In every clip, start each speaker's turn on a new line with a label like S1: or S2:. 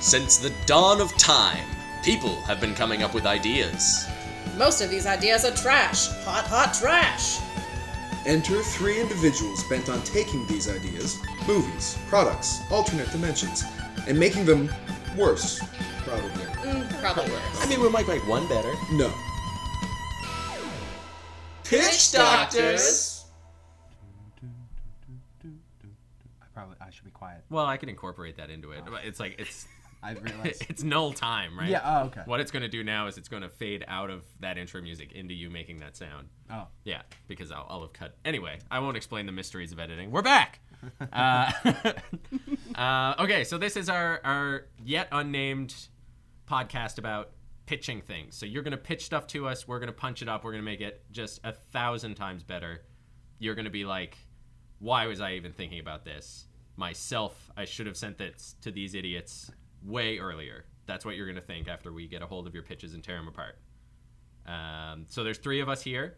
S1: Since the dawn of time, people have been coming up with ideas.
S2: Most of these ideas are trash. Hot, hot trash.
S3: Enter three individuals bent on taking these ideas, movies, products, alternate dimensions, and making them worse, probably.
S2: Mm, probably worse.
S1: I mean, we might make one better.
S3: No.
S2: Pitch Doctors.
S4: I probably I should be quiet.
S5: Well, I can incorporate that into it. But It's like it's
S4: I realized.
S5: it's null time, right?
S4: Yeah. Oh, okay.
S5: What it's going to do now is it's going to fade out of that intro music into you making that sound.
S4: Oh,
S5: Yeah, because I'll, I'll have cut. Anyway, I won't explain the mysteries of editing. We're back. uh, uh, okay, so this is our our yet unnamed podcast about pitching things. So you're gonna pitch stuff to us. We're gonna punch it up. We're gonna make it just a thousand times better. You're gonna be like, why was I even thinking about this myself? I should have sent this to these idiots way earlier. That's what you're gonna think after we get a hold of your pitches and tear them apart. Um, so there's three of us here,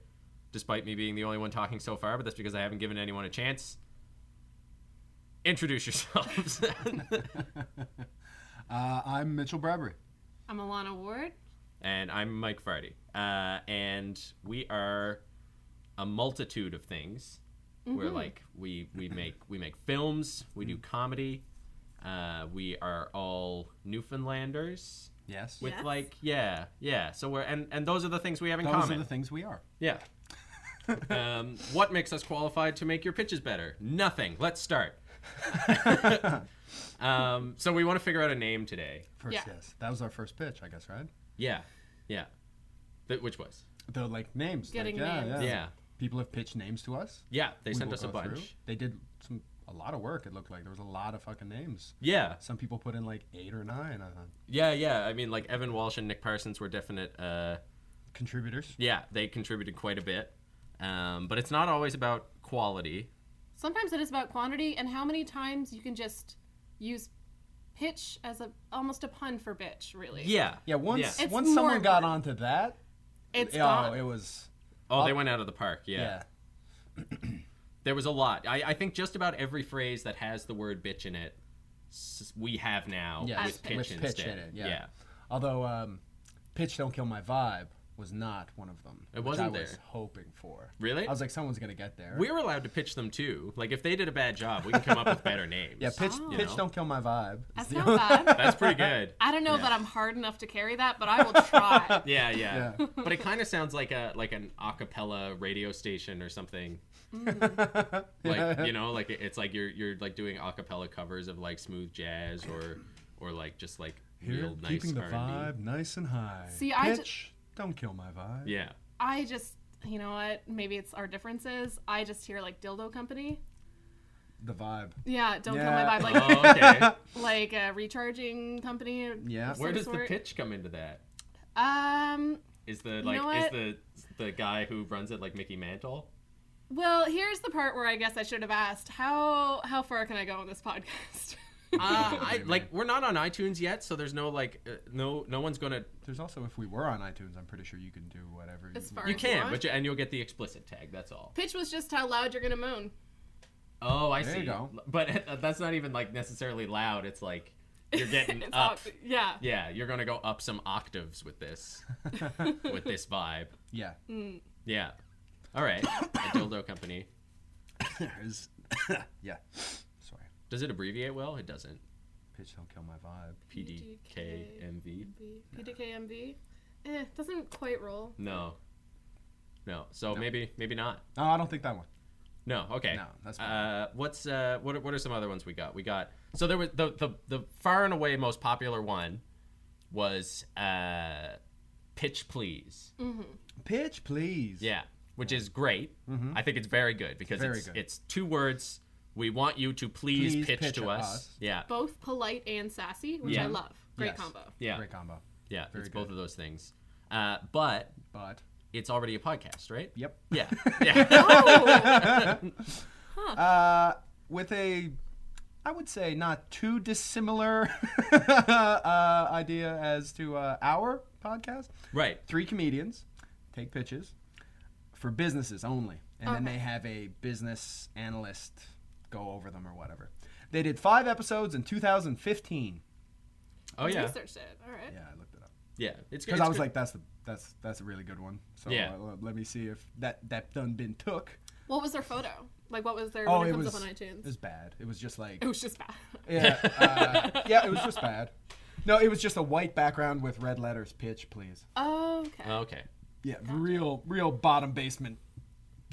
S5: despite me being the only one talking so far, but that's because I haven't given anyone a chance. Introduce yourselves.
S4: uh, I'm Mitchell Bradbury.
S6: I'm Alana Ward.
S5: and I'm Mike Farty. Uh, and we are a multitude of things. We're like we we make we make films, we do comedy. Uh, we are all Newfoundlanders
S4: Yes.
S5: with
S6: Yes.
S5: like yeah yeah. So we're and and those are the things we have in
S4: Those
S5: common.
S4: are the things we are.
S5: Yeah. um, what makes us qualified to make your pitches better? Nothing. Let's start. um, so we want to figure out a name today.
S4: First,
S6: Yeah.
S4: yes. That was our first pitch, I guess, right?
S5: Yeah. Yeah. Th- which was?
S4: The like names.
S6: Getting
S4: like, yeah,
S6: names.
S4: Yeah.
S5: Yeah.
S4: People have pitched names to us.
S5: Yeah. They
S4: We
S5: sent
S4: will
S5: us a
S4: go
S5: bunch.
S4: through. They did some a lot of work. It looked like there was a lot of fucking names.
S5: Yeah.
S4: Some people put in like eight or nine uh,
S5: Yeah. Yeah. I mean, like Evan Walsh and Nick Parsons were definite. Uh,
S4: contributors.
S5: yeah. They contributed quite a bit. Um, but it's not always about quality.
S6: Sometimes it is about quantity and how many times you can just use pitch as a almost a pun for bitch, really.
S5: Yeah.
S4: Eh, Yeah. Once
S6: It's
S4: once someone
S6: more
S4: got
S6: important.
S4: onto that,
S6: It's
S4: yeah,
S6: gone.
S4: it was
S5: Oh, they went out of the park.
S4: yeah.
S5: There was a lot. I, I think just about every phrase that has the word bitch in it, s- we have now
S4: Yes,
S5: with pitch
S4: with pitch
S5: instead.
S4: in it, yeah. Although um, pitch don't kill my vibe was not one of them.
S5: It
S4: which
S5: wasn't
S4: I was
S5: there.
S4: hoping for.
S5: Really?
S4: I was like, someone's gonna get there.
S5: We're allowed to pitch them too. Like if they did a bad job, we can come up with better names.
S4: yeah, pitch
S6: Oh.
S4: pitch
S5: You know?
S4: don't kill my vibe. is
S6: That's
S4: the
S6: not
S4: only-
S6: bad.
S5: That's pretty good.
S6: I don't know that I'm hard enough to carry that, but I will try.
S5: Yeah, yeah.
S4: Yeah.
S5: But it kind of sounds like a like an a cappella radio station or something.
S4: Mm.
S5: like you know, like it- it's like you're you're like doing a cappella covers of like smooth jazz or or like just like
S4: Here,
S5: real nice
S4: keeping the
S5: R&B.
S4: vibe nice and high.
S6: See,
S4: pitch,
S6: I ju-
S4: don't kill my vibe.
S5: Yeah.
S6: I just you know what? Maybe it's our differences. I just hear like dildo company.
S4: The vibe.
S6: Yeah, don't
S4: Yeah.
S6: kill my vibe. Like
S5: Oh, okay.
S6: like a recharging company. of
S4: Yeah.
S5: Where
S6: some
S5: does the
S6: sort.
S5: pitch come into that?
S6: Um.
S5: Is the like
S6: know
S5: is
S6: what?
S5: the the guy who runs it like Mickey Mantle?
S6: Well, here's the part where I guess I should have asked how how far can I go on this podcast?
S5: Uh, I, like we're not on iTunes yet, so there's no like uh, no no one's gonna
S4: There's also if we were on iTunes, I'm pretty sure you can do whatever.
S6: As
S4: you,
S6: far
S5: you
S6: as
S5: can,
S6: want.
S5: but you, and you'll get the explicit tag. That's all.
S6: Pitch was just how loud you're gonna moan.
S5: Oh, I
S4: There
S5: see.
S4: you go.
S5: But that's not even like necessarily loud. It's like you're getting
S6: It's
S5: up.
S6: awk- Yeah.
S5: Yeah, you're gonna go up some octaves with this, with this vibe.
S4: Yeah.
S5: Yeah. All right. A dildo company.
S4: There's. yeah. Sorry.
S5: Does it abbreviate well? It doesn't.
S4: Pitch don't kill my vibe.
S5: PDKMV.
S6: PDKMV. Eh, doesn't quite roll.
S5: No. No. So maybe maybe not.
S4: No, I don't think that one.
S5: No. Okay.
S4: No, that's fine.
S5: Uh, what's uh, what? are- What are some other ones we got? We got so there was the the, the far and away most popular one was uh, pitch please.
S4: Mm. Pitch, please.
S5: Yeah, which is great. I think it's very good because
S4: Mm-hmm. Very
S5: it's
S4: good.
S5: it's two words. We want you to please,
S4: Please
S5: pitch,
S4: pitch
S5: to
S4: us.
S5: us. Yeah,
S6: Both polite and sassy, which
S5: Yeah.
S6: I love. Great
S4: Yes.
S6: combo.
S5: yeah,
S4: Great combo.
S5: yeah.
S4: Very
S5: it's
S4: good.
S5: both of those things. Uh, but
S4: But.
S5: it's already a podcast, right?
S4: Yep.
S5: Yeah, yeah.
S6: Oh,
S4: Uh, with a, I would say not too dissimilar uh, idea as to uh, our podcast.
S5: right.
S4: Three comedians take pitches for businesses only, and then
S6: Okay.
S4: they have a business analyst go over them or whatever. They did five episodes in 2015.
S5: Oh
S6: You
S5: yeah.
S6: Researched it. All right.
S4: Yeah, I looked it up
S5: Yeah. It's
S4: because
S5: it's
S4: I was
S5: good.
S4: like, that's the that's that's a really good one. So
S5: Yeah.
S4: uh, let me see if that that done been took.
S6: What was their photo? Like, what was their
S4: Oh,
S6: when it
S4: it
S6: comes
S4: was
S6: up on
S4: it
S6: iTunes?
S4: was bad. It was just like
S6: It was just bad.
S4: yeah uh, yeah it was just bad. No, it was just a white background with red letters. Pitch, please.
S6: Oh, okay.
S5: Okay.
S4: Yeah, real real bottom basement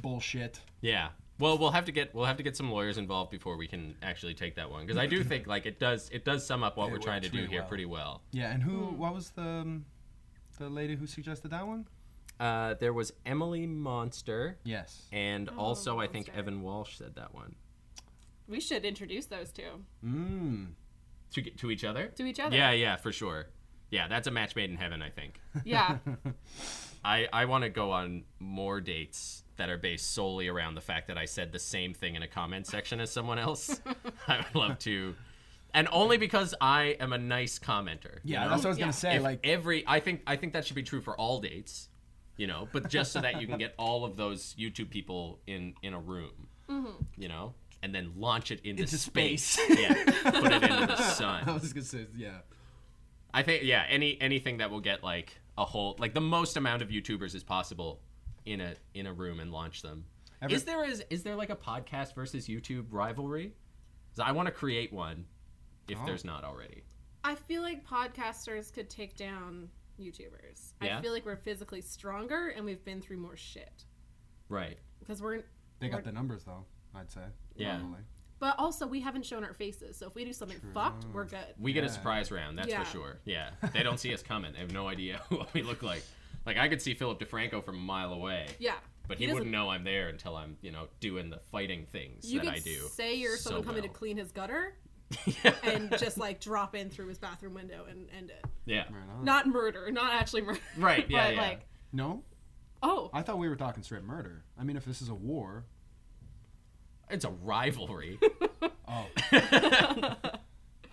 S4: bullshit.
S5: Yeah. Well, we'll have to get we'll have to get some lawyers involved before we can actually take that one because I do think like it does it does sum up what we're trying to
S4: works
S5: do
S4: really
S5: here
S4: well.
S5: pretty well.
S4: Yeah, and who?
S5: Hmm.
S4: What was the um, the lady who suggested that one?
S5: Uh, there was Emily Monster
S4: Yes.
S5: and also I think
S6: Oh, Monster.
S5: Evan Walsh said that one
S6: We should introduce those two
S4: Mmm.
S5: to get- to each other.
S6: to each other.
S5: Yeah, yeah, for sure. Yeah, that's a match made in heaven. I think.
S6: Yeah.
S5: I I want to go on more dates that are based solely around the fact that I said the same thing in a comment section as someone else. I would love to, and only because I am a nice commenter. you
S4: Yeah,
S5: know?
S4: that's what I was
S6: Yeah.
S4: gonna say.
S5: If
S4: like,
S5: every i think i think that should be true for all dates you know but just so that you can get all of those youtube people in in a room you know and then launch it into,
S4: Into
S5: space,
S4: space.
S5: yeah put it into the
S4: I
S5: sun
S4: was gonna say, yeah.
S5: i think yeah any anything that will get like a whole like the most amount of youtubers as possible in a in a room and launch them
S4: Every-
S5: is there is is there like a podcast versus youtube rivalry 'Cause i want to create one
S4: Oh.
S5: if there's not already
S6: I feel like podcasters could take down YouTubers.
S5: Yeah?
S6: I feel like we're physically stronger and we've been through more shit
S5: right
S6: because we're.
S4: They got the numbers though. I'd say.
S5: Yeah.
S4: normally.
S6: But also, we haven't shown our faces, so if we do something fucked, we're good.
S5: We get a surprise round, that's
S6: Yeah.
S5: for sure. Yeah. They don't see us coming. They have no idea what we look like. Like I could see Philip DeFranco from a mile away.
S6: yeah.
S5: But he,
S6: doesn't-
S5: wouldn't know I'm there until I'm, you know, doing the fighting things
S6: You
S5: that
S6: could
S5: I do.
S6: say you're
S5: so
S6: someone coming to
S5: well.
S6: clean his gutter, and just like drop in through his bathroom window and end it.
S5: Yeah.
S6: Not murder, not actually murder.
S5: Right, yeah,
S6: but
S5: yeah.
S6: like,
S4: No,
S6: oh,
S4: I thought we were talking straight murder. I mean, if this is a war.
S5: It's a rivalry.
S4: Oh.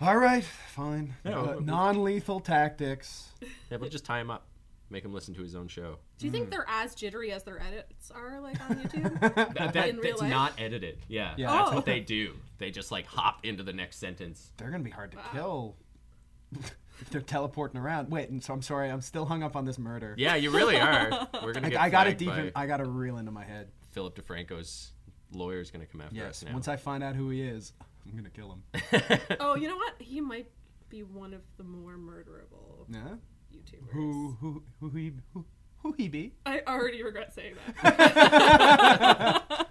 S4: All right, fine.
S5: Yeah,
S4: Uh,
S5: well, we-
S4: non-lethal tactics.
S5: yeah, we'll just tie him up. Make him listen to his own show.
S6: do you
S4: Hmm.
S6: think they're as jittery as their edits are like on YouTube?
S5: That, that-
S6: In real
S5: that's
S6: life?
S5: not edited. Yeah.
S4: Yeah.
S5: That's
S6: Oh.
S5: what they do. They just like hop into the next sentence.
S4: They're gonna be hard to kill. if they're teleporting around. Wait, and so I'm sorry. I'm still hung up on this murder.
S5: Yeah, you really are. We're gonna
S4: I,
S5: get
S4: I got it
S5: flagged
S4: deep.
S5: by
S4: In, I got it real into my head.
S5: Philip DeFranco's lawyer's gonna come after
S4: Yes.
S5: us now.
S4: Once I find out who he is, I'm gonna kill him.
S6: oh, you know what? He might be one of the more murderable
S4: yeah.
S6: YouTubers.
S4: Who who who he who, who he be?
S6: I already regret saying that.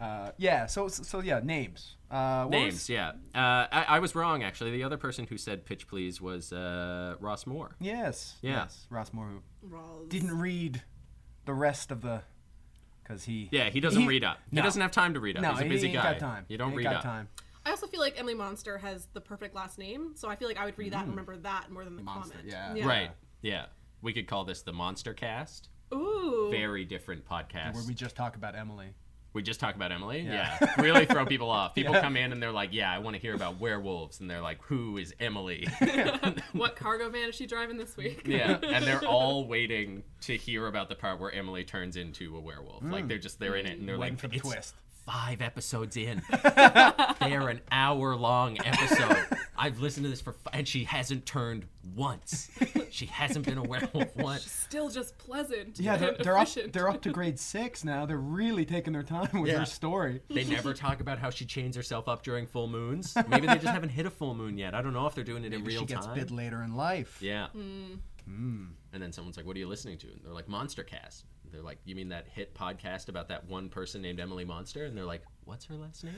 S4: Uh, yeah. So so yeah. Names. Uh, what was-
S5: Names, yeah. Uh, I, I was wrong, actually. The other person who said pitch please was uh, Ross Moore.
S4: yes.
S5: Yeah.
S4: Yes. Ross Moore, who
S6: Rawls.
S4: didn't read the rest of the, because he.
S5: Yeah, he doesn't read up. He
S4: no.
S5: doesn't have time to read up.
S4: No,
S5: He's a
S4: he
S5: busy
S4: ain't
S5: guy.
S4: got time.
S5: You don't
S4: He ain't
S5: read
S4: got
S5: up.
S4: time.
S6: I also feel like Emily Monster has the perfect last name, so I feel like I would read that and remember that more than the
S4: Mm. Monster,
S6: comment.
S4: yeah.
S5: Right. Yeah. We could call this the Monster Cast.
S6: Ooh.
S5: Very different podcast.
S4: Where we
S5: we...
S4: just talk about Emily.
S5: just talk about Emily. Yeah.
S4: Yeah.
S5: really throw people off. People come in and they're like, "Yeah, I want to hear about werewolves," and they're like, "Who is Emily?"
S6: What cargo van is she driving this week?
S5: yeah. And they're all waiting to hear about the part where Emily turns into a werewolf. Like they're just they're in it and they're
S4: Mm. Waiting
S5: like,
S4: for the
S5: "It's-
S4: twist.
S5: five episodes in. they are an hour long episode. I've listened to this for, f- and she hasn't turned once. She hasn't been a werewolf once.
S6: Still just pleasant.
S4: Yeah, they're,
S6: and
S4: they're up.
S6: efficient.
S4: They're up to grade six now. They're really taking their time with
S5: Yeah.
S4: her story.
S5: They never talk about how she chains herself up during full moons. Maybe they just haven't hit a full moon yet. I don't know if they're doing it in
S4: Maybe
S5: real
S4: she gets
S5: time.
S4: bit later in life.
S5: Yeah.
S6: Hmm.
S4: Hmm.
S5: And then someone's like, "What are you listening to?" And they're like, "Monster Cast." They're like, "You mean that hit podcast about that one person named Emily Monster?" And they're like, "What's her last name?"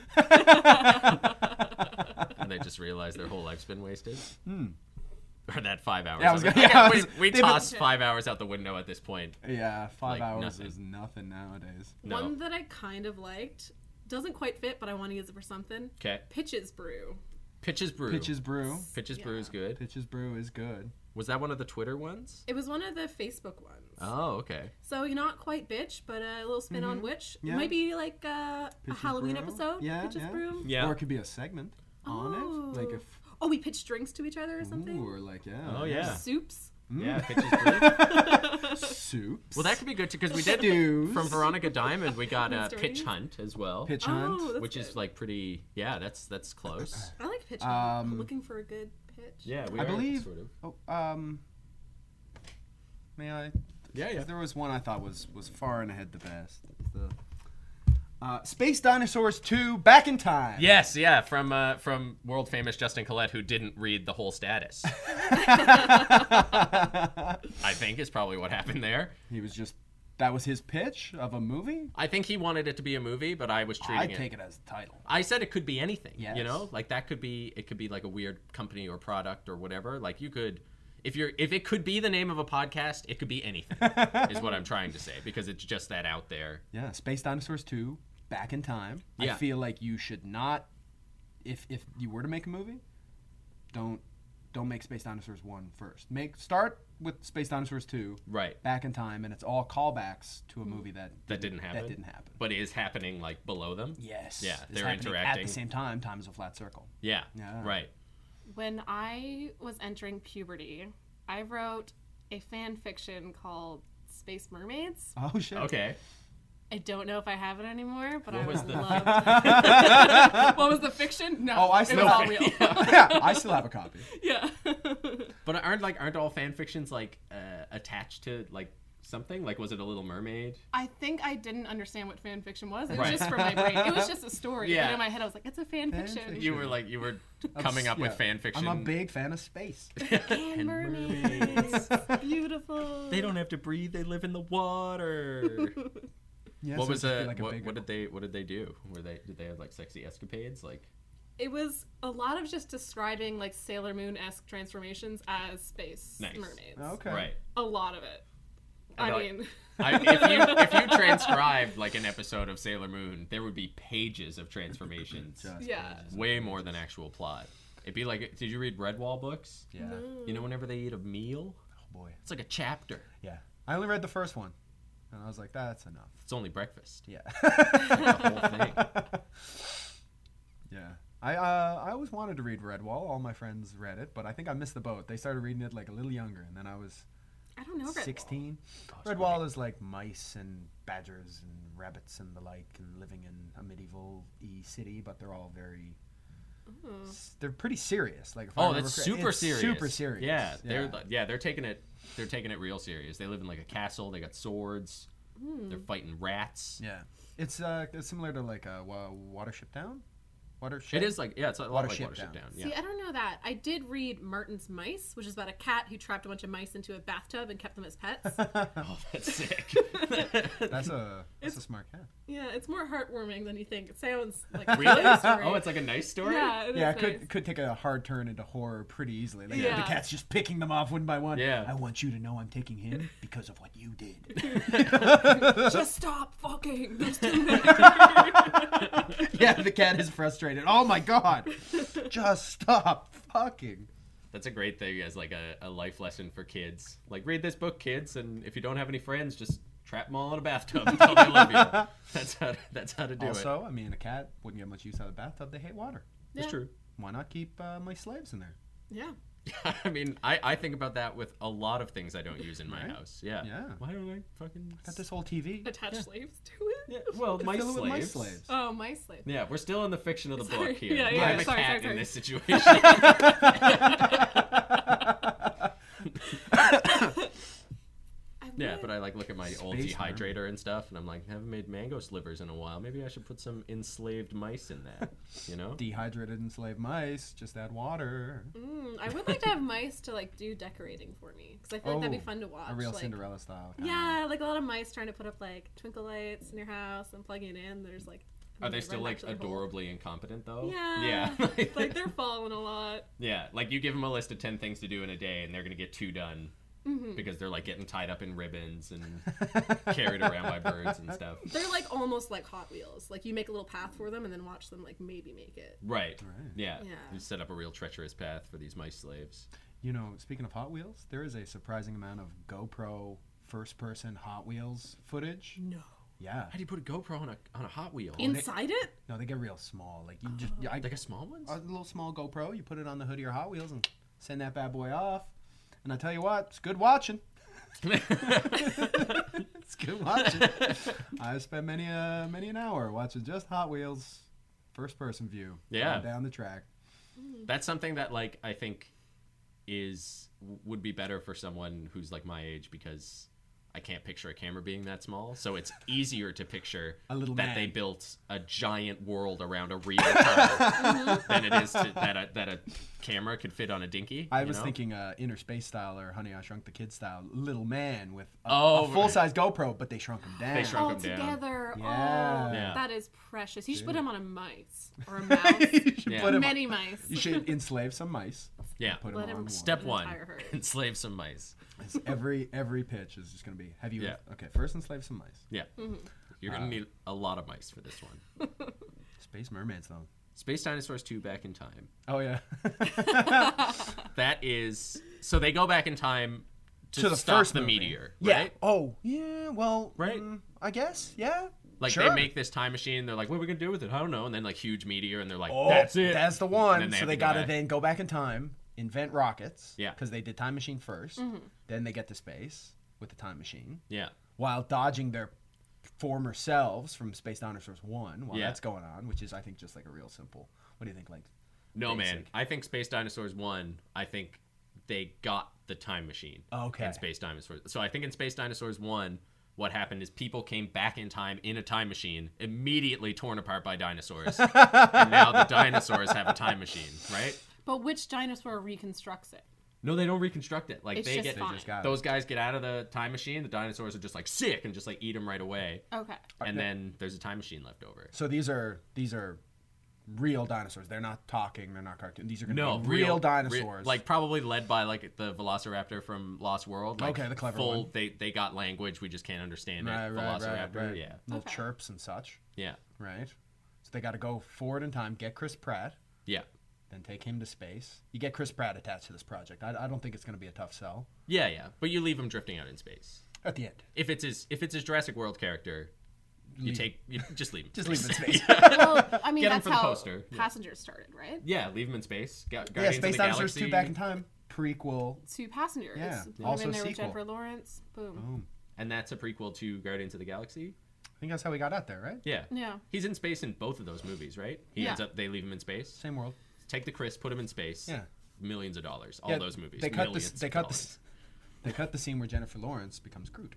S5: and they just realize their whole life's been wasted. Or that five hours.
S4: Hmm. Yeah, I was
S5: like,
S4: gonna- yeah, I
S5: we-
S4: was-
S5: we
S4: they've been-
S5: toss five hours out the window at this point.
S4: Yeah, five
S5: Like,
S4: hours
S5: nothing.
S4: is nothing nowadays.
S5: No.
S6: One that I kind of liked doesn't quite fit, but I want to use it for something.
S5: Okay.
S6: Pitches Brew.
S5: Pitches Brew.
S4: Pitches brew.
S5: Pitches Brew is good.
S4: Pitches brew is good.
S5: Was that one of the Twitter ones?
S6: It was one of the Facebook ones.
S5: Oh, okay.
S6: So you're not quite bitch, but a little spin on witch.
S4: Mm-hmm. Yeah.
S6: It might be like uh, a
S4: Pitches
S6: Halloween
S4: brew.
S6: episode.
S4: Yeah,
S6: Pitches
S4: yeah.
S6: Brew.
S5: Yeah.
S4: Or it could be a segment on it, like
S6: Oh.
S4: if
S6: Oh, we pitch drinks to each other or something.
S4: ooh, or like yeah. Mm.
S5: Oh yeah.
S6: Soups.
S5: Yeah. Pitches Brew.
S4: Soups.
S5: Well, that could be good too because we did
S4: Stews.
S5: from Veronica Diamond. We got uh,
S6: Mysteries.
S5: Pitch Hunt as well.
S4: pitch
S6: Oh,
S4: hunt.
S6: that's
S5: which
S6: good.
S5: is like pretty yeah that's that's close
S6: I like pitch. hunt. I'm
S4: Um,
S6: looking for a good pitch. pitch?
S5: Yeah, we
S4: I
S5: are,
S4: believe.
S5: Sort of.
S4: Oh, um. May I?
S5: Yeah, yeah.
S4: There was one I thought was was far and ahead the best. The uh, Space Dinosaurs 2 Back in Time.
S5: Yes, yeah, from uh, from world famous Justin Collette, who didn't read the whole status. I think is probably what happened there.
S4: He was just that was his pitch of a movie.
S5: I think he wanted it to be a movie, but I was treating
S4: I'd
S5: it.
S4: take it as the title.
S5: I said it could be anything. You
S4: Yes.
S5: know, like that could be it could be like a weird company or product or whatever. Like you could, if you're if it could be the name of a podcast, it could be anything. is what I'm trying to say because it's just that out there.
S4: Yeah, Space Dinosaurs 2 Back in Time.
S5: Yeah.
S4: I feel like you should not if if you were to make a movie, don't don't make Space Dinosaurs 1 first. Make start with Space Dinosaurs 2
S5: Right. Hmm.
S4: Back in Time and it's all callbacks to a movie that
S5: That didn't happen.
S4: That didn't happen.
S5: But it is happening like below them.
S4: Yes.
S5: Yeah,
S4: It's
S5: they're
S4: happening
S5: interacting.
S4: at the same time. Time is a flat circle.
S5: Yeah.
S4: Yeah.
S5: Right.
S6: When I was entering puberty, I wrote a fan fiction called Space Mermaids.
S4: Oh shit.
S5: Okay.
S6: I don't know if I have it anymore, but I
S5: was
S6: would
S5: the-
S6: love. what was the fiction? No,
S4: Oh, I
S6: it
S4: still
S6: was all
S4: have
S6: real.
S4: yeah, I still have a copy.
S6: Yeah.
S5: But aren't like aren't all fan fictions like uh, attached to like something? Like was it a Little Mermaid?
S6: I think I didn't understand what fan fiction was. It
S5: Right.
S6: was just from my brain. It was just a story.
S5: Yeah.
S6: But in my head, I was like, it's a fan,
S4: Fan
S6: fiction.
S4: fiction.
S5: You were like you were coming up with
S4: Yeah.
S5: fan fiction.
S4: I'm a big fan of space.
S6: And mermaids. Beautiful.
S5: They don't have to breathe. They live in the water.
S4: Yeah,
S5: what
S4: so it'd
S5: was
S4: just
S5: the
S4: be like
S5: what,
S4: big-
S5: what did they what did they do? Were they did they have like sexy escapades? Like
S6: It was a lot of just describing like Sailor Moon esque transformations as space
S5: Nice.
S6: mermaids.
S4: Okay.
S5: right.
S6: A lot of it.
S5: I
S6: I,
S5: know.
S6: mean,
S5: I, if you if you transcribed like an episode of Sailor Moon, there would be pages of transformations.
S4: Just
S6: yeah.
S5: Way more than actual plot. It'd be like did you read Redwall books?
S4: Yeah.
S5: You know whenever they eat a meal,
S4: Oh boy.
S5: it's like a chapter.
S4: Yeah. I only read the first one. And I was like, that's enough.
S5: It's only breakfast.
S4: Yeah.
S5: The whole thing.
S4: yeah. I uh, I always wanted to read Redwall. All my friends read it, but I think I missed the boat. They started reading it like a little younger, and then I was
S6: I don't know. Redwall.
S4: 16.
S5: it's
S4: Redwall is like mice and badgers and rabbits and the like, and living in a medieval e city, but they're all very. s- They're pretty serious. Like if I
S5: Oh,
S4: remember
S5: that's
S4: correct-
S5: super
S4: it's
S5: serious.
S4: Super serious.
S5: Yeah, they're
S4: yeah.
S5: like- yeah, they're taking it they're taking it real serious. They live in like a castle. They got swords.
S6: Hmm.
S5: They're fighting rats.
S4: Yeah. It's uh it's similar to like a wa- Watership Down. Watership.
S5: It is like yeah, it's a lot like
S4: Watership
S5: Watership Down.
S4: Down.
S5: Yeah.
S6: See, I don't know that. I did read Martin's Mice, which is about a cat who trapped a bunch of mice into a bathtub and kept them as pets.
S5: Oh, that's sick.
S4: That's a that's a smart cat.
S6: yeah, it's more heartwarming than you think. It sounds like a
S5: really?
S6: good story.
S5: oh, it's like a nice story.
S6: yeah, it is
S4: Yeah, it
S6: nice.
S4: could could take a hard turn into horror pretty easily. Like
S6: Yeah.
S4: the cat's just picking them off one by one.
S5: Yeah.
S4: I want you to know I'm taking him because of what you did.
S6: Just stop fucking. There's too many.
S4: yeah, the cat is frustrated. Oh my god. Just stop fucking.
S5: That's a great thing as like a, a life lesson for kids. Like read this book, kids, and if you don't have any friends, just trap them all in a bathtub until they love you. That's how to, that's how to do it.
S4: also, I mean, a cat wouldn't get much use out of the bathtub. They hate water.
S5: That's
S6: Yeah.
S5: true.
S4: Why not keep uh, my slaves in there?
S6: Yeah.
S5: I mean, I, I think about that with a lot of things I don't use in my
S4: Right?
S5: house. Yeah.
S4: Yeah.
S5: Why don't I fucking?
S4: Got this whole TV.
S6: Attach slaves to it.
S5: Yeah, well, my
S4: Fill it
S5: slaves.
S4: with mice slaves.
S6: Oh, my slaves.
S5: Yeah, we're still in the fiction of the
S6: Sorry.
S5: book here.
S6: Yeah, yeah,
S5: I'm a
S6: sorry,
S5: cat
S6: sorry, sorry.
S5: in this situation.
S6: I
S5: Yeah,
S6: would-
S5: but I like look at my old
S4: Space
S5: dehydrator and stuff, and I'm like, I haven't made mango slivers in a while. Maybe I should put some enslaved mice in that. You know?
S4: Dehydrated enslaved mice. Just add water.
S6: Mm, I would like to have mice to like do decorating for me because I feel like that'd be fun to watch.
S4: Oh, A real
S6: like,
S4: Cinderella style. kinda.
S6: Yeah, like a lot of mice trying to put up like twinkle lights in your house and plugging in. There's like. I
S5: Are
S6: mean,
S5: they
S6: I
S5: still
S6: run back
S5: like
S6: to the hole.
S5: adorably incompetent though?
S6: Yeah.
S5: Yeah.
S6: like they're falling a lot.
S5: yeah. Like you give them a list of ten things to do in a day, and they're gonna get two done
S6: Mm-hmm.
S5: because they're like getting tied up in ribbons and carried around by birds and stuff.
S6: They're like almost like Hot Wheels. Like you make a little path for them and then watch them like maybe make it.
S5: Right. Yeah.
S6: Yeah.
S5: You set up a real treacherous path for these mice slaves.
S4: You know, speaking of Hot Wheels, there is a surprising amount of GoPro first person Hot Wheels footage.
S6: No.
S4: Yeah.
S5: How do you put a GoPro on a on a Hot Wheel?
S6: Inside it?
S4: No, they get real small. Like you just
S6: Oh.
S4: yeah, I,
S5: like a small one?
S4: a little small GoPro, you put it on the hood of your Hot Wheels and send that bad boy off. And I tell you what, it's good watching. It's good watching. I spent many uh, many an hour watching just Hot Wheels first person view.
S5: Yeah.
S4: going Down the track.
S5: That's something that like I think is would be better for someone who's like my age because I can't picture a camera being that small. So it's easier to picture
S4: A little
S5: that
S4: man.
S5: they built a giant world around a real car than it is to, that a, that a camera could fit on a dinky.
S4: I
S5: you
S4: was
S5: know?
S4: thinking uh, Inner Space style or Honey I Shrunk the Kid style, little man with a,
S5: Oh,
S4: a full size GoPro, but they shrunk him down.
S5: They shrunk
S6: all
S5: him down.
S6: together.
S4: Yeah.
S6: Oh,
S5: Yeah.
S6: that is precious. You should put him on a mice or a mouse.
S4: you should
S5: Yeah.
S4: put him.
S6: Many mice.
S4: You should enslave some mice.
S5: Yeah.
S4: Put
S6: Let
S4: him on
S6: him
S4: one.
S5: Step
S6: An
S5: one:
S6: entire herd.
S5: enslave some mice.
S4: It's Every every pitch is just gonna be. Have you?
S5: Yeah.
S4: Okay, first enslave some mice.
S5: Yeah.
S6: Mm-hmm.
S5: You're gonna need a lot of mice for this one.
S4: Space mermaids though.
S5: Space Dinosaurs 2 Back in Time.
S4: Oh yeah.
S5: That is so they go back in time to,
S4: To the
S5: stop
S4: first
S5: the
S4: movie.
S5: meteor,
S4: yeah.
S5: right?
S4: Oh yeah. Well.
S5: Right.
S4: mm, I guess. Yeah.
S5: Like
S4: sure.
S5: they make this time machine, they're like, "What are we gonna do with it? I don't know." And then like huge meteor, and they're like,
S4: Oh,
S5: "That's it."
S4: That's the
S5: And
S4: one.
S5: then they
S4: so
S5: have
S4: they
S5: to go
S4: gotta
S5: back.
S4: then go back in time, invent rockets.
S5: Yeah.
S4: Because they did time machine 1st Then they get to space with the time machine.
S5: yeah,
S4: while dodging their former selves from Space Dinosaurs One while
S5: Yeah.
S4: that's going on, which is I think just like a real simple. What do you think? Like,
S5: no man.
S4: Basic.
S5: I think Space Dinosaurs one. I think they got the time machine.
S4: Okay.
S5: In Space Dinosaurs, so I think in Space Dinosaurs one, what happened is people came back in time in a time machine, immediately torn apart by dinosaurs, and now the dinosaurs have a time machine, right?
S6: But which dinosaur reconstructs it?
S5: No, they don't reconstruct it. Like
S6: It's
S5: they
S6: just
S5: get
S6: They just
S4: fine. got it.
S5: those guys get out of the time machine. The dinosaurs are just like sick and just like eat them right away.
S6: Okay.
S5: And then there's a time machine left over.
S4: so these are these are real dinosaurs. They're not talking. They're not cartoon. These are gonna
S5: No,
S4: be real,
S5: re-
S4: dinosaurs.
S5: like probably led by like the Velociraptor from Lost World. Like,
S4: Okay, the clever
S5: full,
S4: one.
S5: They they got language. We just can't understand
S4: right,
S5: it.
S4: right, right,
S5: Velociraptor.
S4: right.
S5: Yeah,
S4: Little
S6: Okay.
S4: chirps and such.
S5: yeah,
S4: Right. So they got to go forward in time, get Chris Pratt,
S5: yeah,
S4: then take him to space. You get Chris Pratt attached to this project. I, I don't think it's gonna be a tough sell
S5: yeah, yeah. But you leave them drifting out in space.
S4: at the end.
S5: If it's his if it's his Jurassic World character, you take you just leave him.
S4: Just leave it in space.
S6: Well, I mean,
S5: Get 'em
S6: that's
S5: for the
S6: how
S5: poster. Yeah.
S6: Passengers started, right?
S5: Yeah, leave him in space. Ga-
S4: yeah,
S5: Guardians
S4: Space
S5: of the
S4: Dinosaurs
S5: Galaxy.
S4: Two Back in Time prequel.
S6: Two Passengers.
S4: Yeah.
S6: Put 'em
S4: Also
S6: in there
S4: sequel. Oh.
S6: with Jennifer Lawrence. Boom.
S5: And that's a prequel to Guardians of the Galaxy.
S4: I think that's how we got out there, right?
S5: Yeah.
S6: Yeah.
S5: He's in space in both of those movies, right? He
S6: Yeah.
S5: ends up they leave him in space.
S4: Same world.
S5: Take the Chris, put him in space.
S4: Yeah.
S5: Millions of dollars. All
S4: Yeah,
S5: those movies.
S4: They cut
S5: millions
S4: this. They
S5: of
S4: cut
S5: dollars.
S4: this. They cut the scene where Jennifer Lawrence becomes Groot.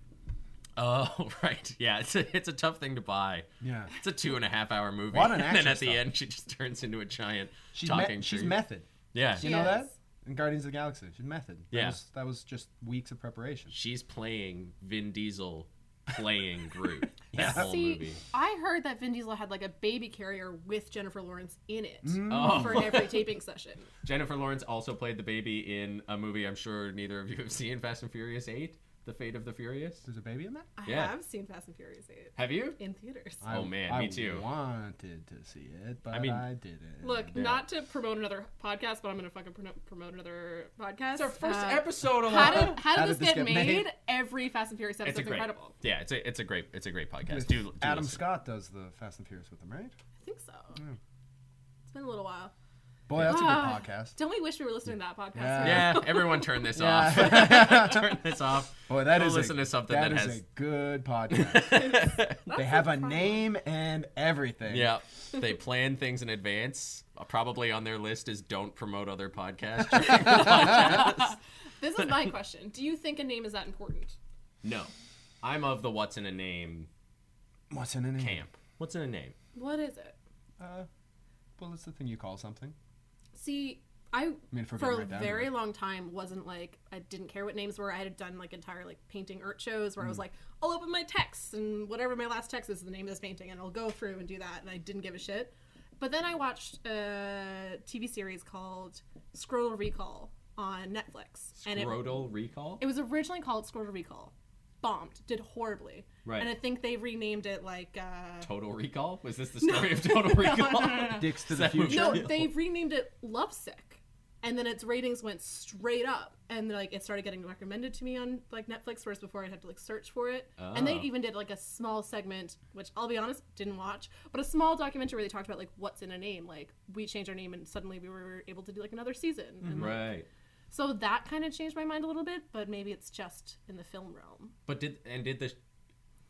S5: Oh right. Yeah. It's a, it's a tough thing to buy.
S4: Yeah.
S5: It's a two and a half hour movie.
S4: What an
S5: and
S4: action
S5: then at the
S4: stuff.
S5: end she just turns into a giant
S4: She's me-
S5: talking
S4: she's
S5: tree.
S4: method.
S5: Yeah.
S4: Do you know that?
S6: Yes.
S4: In Guardians of the Galaxy, she's method. That
S5: Yeah.
S4: was, that was just weeks of preparation.
S5: She's playing Vin Diesel playing Groot. That whole
S6: See,
S5: movie.
S6: I heard that Vin Diesel had like a baby carrier with Jennifer Lawrence in it
S4: Mm.
S5: Oh.
S6: for every taping session.
S5: Jennifer Lawrence also played the baby in a movie I'm sure neither of you have seen, Fast and Furious Eight, The Fate of the Furious.
S4: There's a baby in that.
S6: I
S5: Yeah.
S6: have seen Fast and Furious 8
S5: Have you?
S6: in theaters.
S5: Oh, man,
S4: I
S5: me too.
S4: Wanted to see it, but I,
S5: mean-
S4: didn't.
S6: Look, not to promote another podcast, but I'm gonna fucking prono- promote another podcast. It's our
S5: First episode of
S6: Uh, How did, how did this, get, made?
S4: made?
S6: Every Fast and Furious episode
S5: it's a
S6: is
S5: great,
S6: incredible.
S5: Yeah, it's a it's a great it's a great podcast.
S4: With
S5: Do, do
S4: Adam
S5: listen.
S4: Scott does the Fast and Furious with them, right?
S6: I think so. It's been a little while.
S4: Boy, that's
S6: Ah.
S4: a good podcast.
S6: Don't we wish we were listening to that podcast?
S4: Yeah.
S6: right?
S5: Yeah, everyone turn this off. turn this off.
S4: Boy, that
S5: Go
S4: is
S5: listen
S4: a,
S5: to something that,
S4: that is
S5: has
S4: a good podcast. they have a name and everything.
S5: yeah. They plan things in advance. Uh, Probably on their list is don't promote other podcasts. during the podcast.
S6: This is my question. Do you think a name is that important?
S5: no, I'm of the what's in a name
S4: What's in a name?
S5: camp. What's in a name?
S6: What is it?
S4: Uh, well, it's the thing you call something.
S6: See, I
S4: mean, if we're
S6: for
S4: getting
S6: a
S4: right down to
S6: very
S4: it.
S6: long time wasn't like I didn't care what names were. I had done like entire like painting art shows where I
S4: Mm.
S6: was like, I'll open my text and whatever my last text is the name of this painting, and I'll go through and do that, and I didn't give a shit. But then I watched a TV series called Scroll Recall on Netflix, and it
S5: Scrotal recall.
S6: It was originally called Scored Recall. Bombed. Did horribly.
S5: Right.
S6: And I think they renamed it like. Uh,
S5: Total Recall. Was this the story of Total Recall?
S4: Dicks to the
S5: that what
S4: future.
S5: you're-
S6: no, they renamed it Lovesick. And then its ratings went straight up. And like it started getting recommended to me on like Netflix, whereas before I'd have to like search for it. And they
S5: Oh.
S6: even did like a small segment, which I'll be honest, didn't watch, but a small documentary where they talked about like what's in a name. Like we changed our name and suddenly we were able to do like another season. And, like,
S5: Right.
S6: so that kind of changed my mind a little bit, but maybe it's just in the film realm.
S5: But did and did the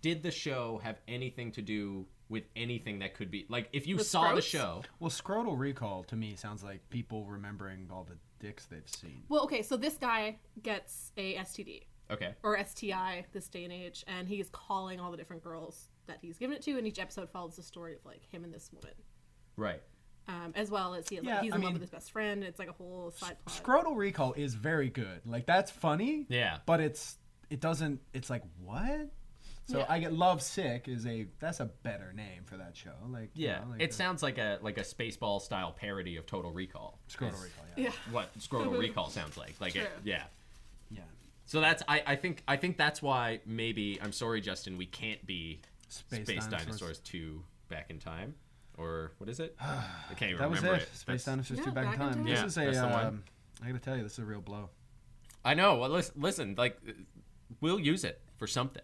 S5: did the show have anything to do with anything that could be like if you
S6: With
S5: saw the
S6: Scroats?
S5: show.
S4: Well, scrotal recall to me sounds like people remembering all the dicks they've seen.
S6: Well, okay, so this guy gets a STD
S5: Okay.
S6: or STI this day and age, and he is calling all the different girls that he's given it to, and each episode follows the story of like him and this woman,
S5: Right.
S6: um, as well as he like,
S4: Yeah,
S6: he's
S4: I
S6: in love
S4: mean-
S6: with his best friend. It's like a whole side plot.
S4: Scrotal recall is very good. Like that's funny.
S5: Yeah.
S4: But it's it doesn't. It's like what? So
S6: Yeah.
S4: I get love sick is a that's a better name for that show. Like you
S5: Yeah.
S4: know, like
S5: it
S4: a-
S5: sounds like a like a spaceball style parody of Total Recall.
S4: scrotal recall. Yeah.
S6: yeah,
S5: What Scrotal Recall sounds like. Like it,
S6: True.
S5: yeah.
S4: yeah.
S5: So that's I, I think I think that's why maybe I'm sorry Justin we can't be
S4: Space
S5: Space,
S4: Dinosaurs.
S5: Dinosaurs. 2 back in time or what is it? I can't even
S4: That was
S5: remember
S4: it.
S5: it.
S4: Space
S5: That's-
S4: Dinosaurs
S6: Yeah,
S4: Two Back in Time.
S5: Yeah,
S4: this is a.
S5: that's the one.
S4: Um, I gotta tell you, this is a real blow.
S5: I know. Well, listen, listen, like we'll use it for something.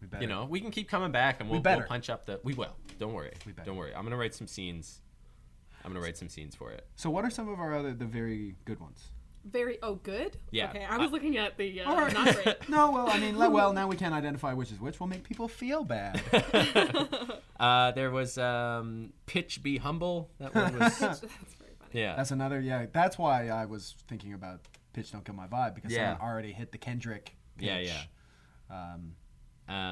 S4: We better.
S5: You know, we can keep coming back and we'll,
S4: better.
S5: we'll punch up the. We will. Don't worry.
S4: We better.
S5: Don't worry. I'm gonna write some scenes. I'm gonna write some scenes for it.
S4: So what are some of our other the very good ones?
S6: very oh good.
S5: Yeah.
S6: Okay, I was looking at the uh, not great.
S4: No, well, I mean, le- well, now we can't identify which is which. We'll make people feel bad.
S5: Uh, there was um, pitch be humble. That one was.
S6: That's very funny.
S5: yeah.
S4: That's another. Yeah, that's why I was thinking about pitch don't kill my vibe because
S5: Yeah.
S4: someone already hit the Kendrick. Pitch.
S5: yeah. Yeah. Um,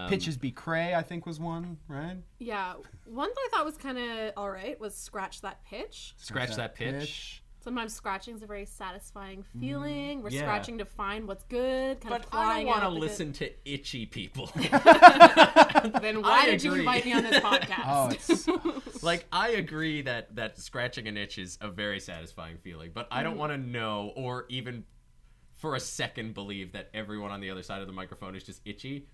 S4: Pitches be cray, I think was one, right?
S6: Yeah, one that I thought was kind of all right was scratch that pitch.
S5: Scratch that pitch.
S6: Sometimes scratching is a very satisfying feeling. We're
S5: Mm-hmm. yeah.
S6: scratching to find what's good, kind
S5: But
S6: of
S5: I
S6: clawing
S5: don't want to
S6: at the good-
S5: listen to itchy people.
S6: Then why
S5: I
S6: did you
S5: agree.
S6: invite me on this
S4: Oh,
S6: podcast?
S4: it's
S5: like I agree that that scratching an itch is a very satisfying feeling, but I don't want to know or even for a second believe that everyone on the other side of the microphone is just itchy.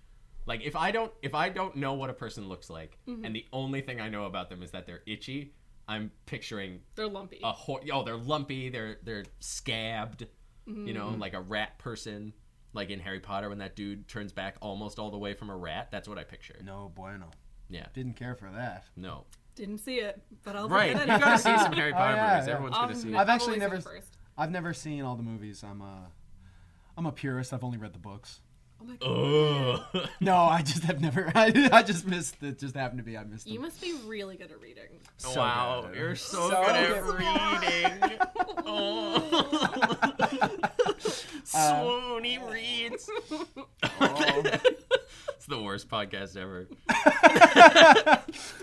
S5: Like if I don't if I don't know what a person looks like and the only thing I know about them is that they're itchy, I'm picturing
S6: They're lumpy.
S5: a hor- oh they're lumpy, they're they're scabbed, you know, like a rat person. Like in Harry Potter, when that dude turns back almost all the way from a rat, that's what I picture.
S4: no bueno.
S5: Yeah,
S4: Didn't care for that.
S5: no,
S6: Didn't see it, but I'll
S5: right?
S6: look
S5: You
S6: at it.
S5: gotta see some Harry
S4: Oh,
S5: Potter
S4: yeah,
S5: movies.
S4: yeah.
S5: Everyone's
S6: I'll-
S5: gonna see. it.
S4: I've
S6: always
S4: actually never-
S6: seen it First.
S4: I've never seen all the movies. I'm a, I'm a purist. I've only read the books.
S6: Oh my god.
S4: No, I just have never. I, I just missed. It just happened to be. I missed.
S6: You
S4: them.
S6: must be really good at reading.
S4: So
S5: Oh, wow,
S4: bad.
S5: you're so,
S4: So
S5: good at
S4: good.
S5: reading. oh.
S4: Uh,
S5: Swoon, he reads.
S4: Oh.
S5: it's the worst podcast ever.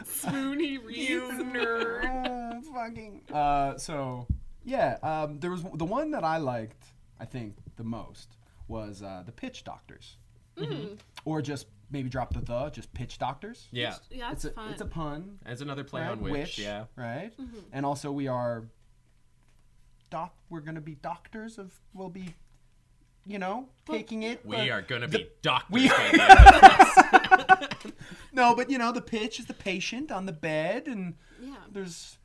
S6: Spoony
S5: You
S6: reads.
S5: nerd.
S4: Ah, fucking. Uh, so yeah, um, there was the one that I liked. I think the most was uh, the Pitch Doctors, or just maybe drop the the just Pitch Doctors.
S5: Yeah,
S6: Yeah, that's
S4: it's a
S6: fun. Mm-hmm.
S4: it's a pun.
S5: that's another play
S4: right?
S5: on witch. Yeah,
S4: Right. And also we are doc. We're gonna be doctors of. We'll be, you know, taking it. but-
S5: we are gonna be doctors.
S4: we-
S5: by the end.
S4: No, but you know, the pitch is the patient on the bed, and
S6: yeah.
S4: there's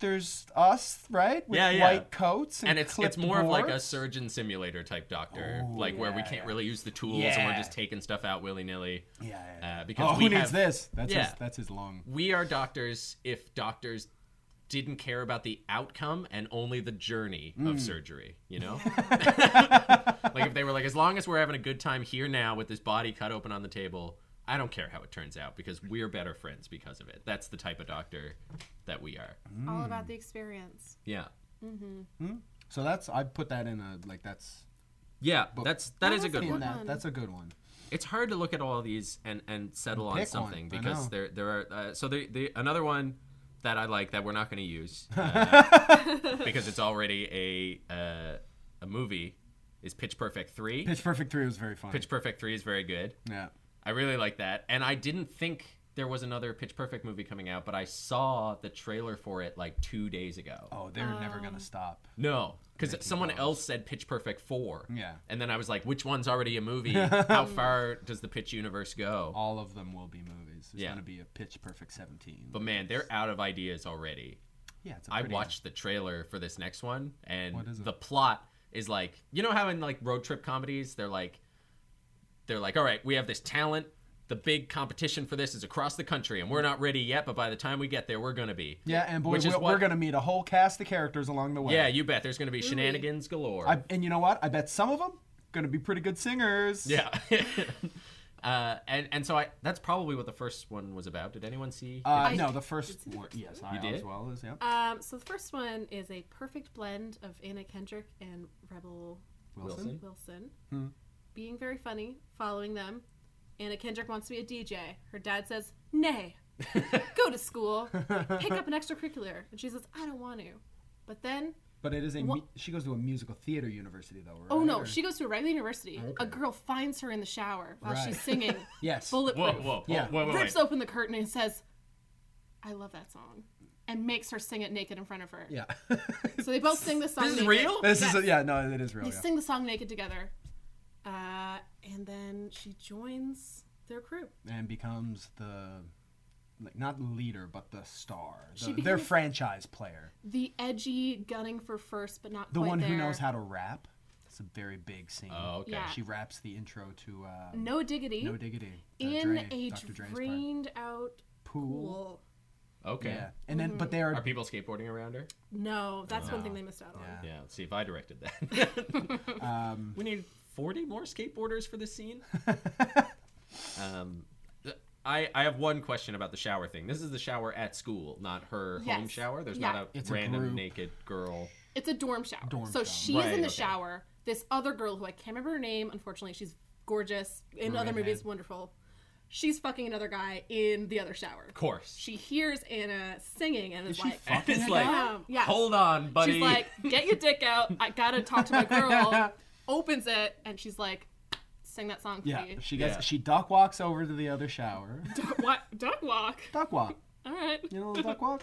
S4: there's us, right? With
S5: Yeah, yeah.
S4: White coats and,
S5: and it's it's
S4: clipped
S5: more of like a
S4: boards.
S5: surgeon simulator type doctor, like where we
S4: yeah,
S5: can't
S4: yeah.
S5: really use the tools and we're
S4: Yeah.
S5: just taking stuff out willy nilly.
S4: Yeah, yeah, yeah.
S5: Uh, because
S4: oh,
S5: we
S4: who needs
S5: have-
S4: this? That's
S5: Yeah.
S4: his, that's his long.
S5: we are doctors if doctors didn't care about the outcome and only the journey of surgery, you know? like if they were like, as long as we're having a good time here now with this body cut open on the table, I don't care how it turns out because we're better friends because of it. That's the type of doctor that we are.
S6: All about the experience.
S5: Yeah.
S4: So that's I put that in a like that's
S5: Yeah, that's that is a
S6: that's
S5: good
S4: in
S5: one.
S4: that-
S6: one.
S4: that's a good one.
S5: it's hard to look at all these and and settle on
S4: Pick
S5: something
S4: one, I know.
S5: because there there are uh, so the, the another one that I like that we're not going to use uh, because it's already a uh, a movie is Pitch Perfect three. Pitch,
S4: Pitch Perfect Three was very funny.
S5: Perfect three is very good.
S4: yeah.
S5: I really like that, and I didn't think there was another Pitch Perfect movie coming out, but I saw the trailer for it like two days ago.
S4: Oh, they're never
S6: Um,
S4: gonna stop.
S5: No, because someone else said Pitch Perfect four.
S4: Yeah.
S5: and then I was like, which one's already a movie? How far does the pitch universe go?
S4: All of them will be movies. There's
S5: Yeah.
S4: gonna be a Pitch Perfect Seventeen.
S5: But man, they're out of ideas already.
S4: yeah, it's a
S5: I
S4: pretty-
S5: watched the trailer for this next one, and
S4: What is it?
S5: the plot is like you know how in like road trip comedies they're like they're like all right we have this talent the big competition for this is across the country and we're not ready yet but by the time we get there we're gonna be
S4: Yeah, and boy,
S5: Which is
S4: we're,
S5: what-
S4: we're gonna meet a whole cast of characters along the way.
S5: yeah you bet there's gonna be shenanigans galore
S4: I, and you know what? I bet some of them gonna be pretty good singers.
S5: yeah Uh, and and so I that's probably what the first one was about. Did anyone see?
S4: Uh,
S6: I-
S4: no, the first war. Yes, I
S5: did?
S4: as well as yeah.
S6: Um, so the first one is a perfect blend of Anna Kendrick and Rebel
S5: Wilson?
S6: Wilson.
S4: Hmm.
S6: Being very funny, following them. Anna Kendrick wants to be a DJ. Her dad says, Nay, go to school, pick up an extracurricular. And she says, I don't want to. But then,
S4: But it is a
S6: Wha-
S4: mu- she goes to a musical theater university though. Right?
S6: oh no,
S4: Or- Oh,
S6: she goes to a regular university. A girl finds her in the shower while
S4: Right.
S6: she's singing
S4: yes.
S5: whoa,
S6: Bulletproof.
S5: whoa, whoa,
S4: Yeah.
S5: whoa, whoa,
S6: rips
S5: wait.
S6: open the curtain and says, I love that song. And makes her sing it naked in front of her.
S4: Yeah.
S6: So they both sing this song.
S5: This is
S6: naked.
S5: real?
S4: this
S6: Yes.
S4: is a, yeah. No, it is real.
S6: They
S4: Oh, yeah.
S6: sing the song naked together. Uh, and then she joins their crew.
S4: and becomes the like not leader but the star the,
S6: She
S4: their
S6: became-
S4: franchise player
S6: The edgy, gunning for first, but not
S4: the
S6: quite
S4: one who
S6: there.
S4: knows how to rap it's a very big scene
S5: Oh, okay.
S6: Yeah.
S4: she raps the intro to uh, no,
S6: No diggity.
S4: diggity uh,
S6: in
S4: Dre,
S6: a
S4: Dr. Dre's part.
S6: drained out
S4: pool
S6: pool.
S5: Okay.
S4: yeah and then but they are,
S5: Are people skateboarding around her?
S6: No, that's one thing they missed out on.
S4: Yeah.
S5: Yeah. Let's see if I directed that.
S4: Um,
S5: we need 40 more skateboarders for this scene. um, th- I, I have one question about the shower thing. This is the shower at school, not her home
S6: Yes.
S5: shower. There's
S6: Yeah.
S5: not a
S4: It's a
S5: random
S4: group.
S5: naked girl.
S6: It's a dorm shower.
S4: Dorm
S6: so
S4: shower.
S6: she's
S5: Right,
S6: in the
S5: okay.
S6: shower. This other girl who I can't remember her name, unfortunately, she's gorgeous. In other
S4: Redhead.
S6: movies, wonderful. She's fucking another guy in the other shower.
S5: Of course.
S6: She hears Anna singing and is,
S4: is she
S6: like,
S4: fucking
S5: it's
S4: that
S5: like,
S4: guy?
S6: Um, yeah.
S5: hold on, buddy.
S6: She's like, get your dick out. I gotta talk to my girl. Opens it, and she's like, sing that song for
S4: yeah
S6: me.
S4: she gets
S5: Yeah.
S4: she duck walks over to the other shower
S6: what? Duck walk.
S4: duck walk
S6: All right.
S4: you know the duck walk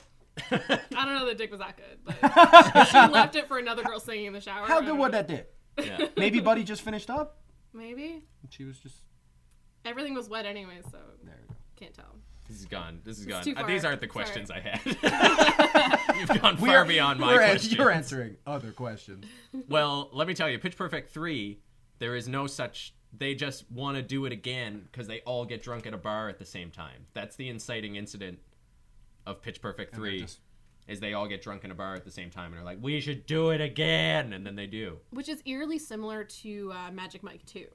S6: I don't know that dick was that good, but she left it for another girl singing in the shower.
S4: how good was that did
S5: Yeah.
S4: maybe buddy just finished up
S6: Maybe.
S4: and she was just
S6: Everything was wet anyway, so
S4: there we go
S6: can't tell.
S5: This is gone. This is gone.
S6: too
S5: Uh, These
S6: far.
S5: aren't
S6: Sorry.
S5: the questions I had. You've gone far beyond my
S4: we're an-
S5: question.
S4: you're answering other questions
S5: Well, let me tell you, Pitch Perfect 3, there is no such. They just want to do it again because they all get drunk at a bar at the same time. That's the inciting incident of Pitch Perfect 3.
S4: just-
S5: Is they all get drunk in a bar at the same time and are like, we should do it again. And then they do.
S6: Which is eerily similar to uh, Magic Mike 2.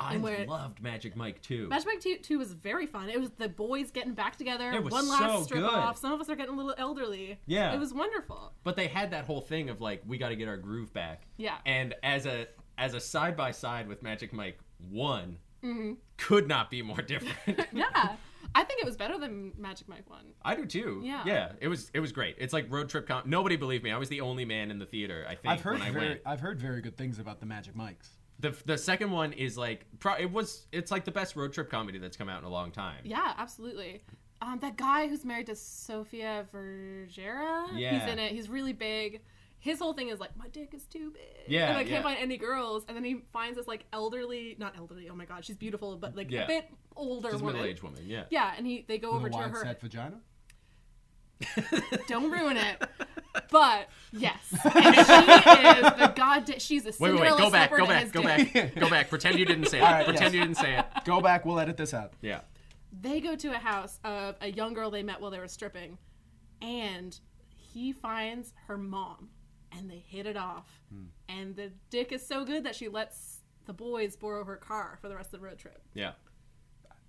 S5: I
S6: And we're-
S5: loved Magic Mike too.
S6: Magic Mike 2, 2 was very fun. It was the boys getting back together.
S5: It was
S6: One last
S5: so
S6: strip
S5: good.
S6: off. Some of us are getting a little elderly.
S5: Yeah.
S6: It was wonderful.
S5: but they had that whole thing of like, we got to get our groove back.
S6: Yeah.
S5: And as a as a side by side with Magic Mike one,
S6: Mm-hmm.
S5: could not be more different.
S6: Yeah. I think it was better than Magic Mike 1.
S5: I do too.
S6: Yeah.
S5: Yeah. It was it was great. It's like road trip com nobody believed me. I was the only man in the theater, I think,
S4: I've heard
S5: when I
S4: very,
S5: went.
S4: I've heard very good things about the Magic Mics.
S5: The the second one is like pro- it was it's like the best road trip comedy that's come out in a long time.
S6: Yeah, absolutely. Um, that guy who's married to Sofia Vergara,
S5: Yeah.
S6: he's in it. He's really big. His whole thing is like, my dick is too big.
S5: Yeah,
S6: And I
S5: yeah.
S6: can't find any girls. And then he finds this like elderly, not elderly. Oh my god, she's beautiful, but like
S5: Yeah.
S6: a bit older
S5: This
S6: woman.
S5: middle-aged woman, yeah.
S6: Yeah, and he they go over
S4: the
S6: to
S4: wide
S6: her.
S4: set vagina.
S6: Don't ruin it. But yes, and she is the god. She's a
S5: Wait, wait,
S6: Cinderella
S5: wait. Go back,
S6: slipper
S5: go
S6: to his
S5: back, go
S6: dick.
S5: back. Go back. Pretend you didn't say it.
S4: All right, yes.
S5: Pretend you didn't say it.
S4: Go back. We'll edit this out.
S5: Yeah.
S6: they go to a house of a young girl they met while they were stripping and he finds her mom and they hit it off
S5: Hmm.
S6: and the dick is so good that she lets the boys borrow her car for the rest of the road trip
S5: Yeah.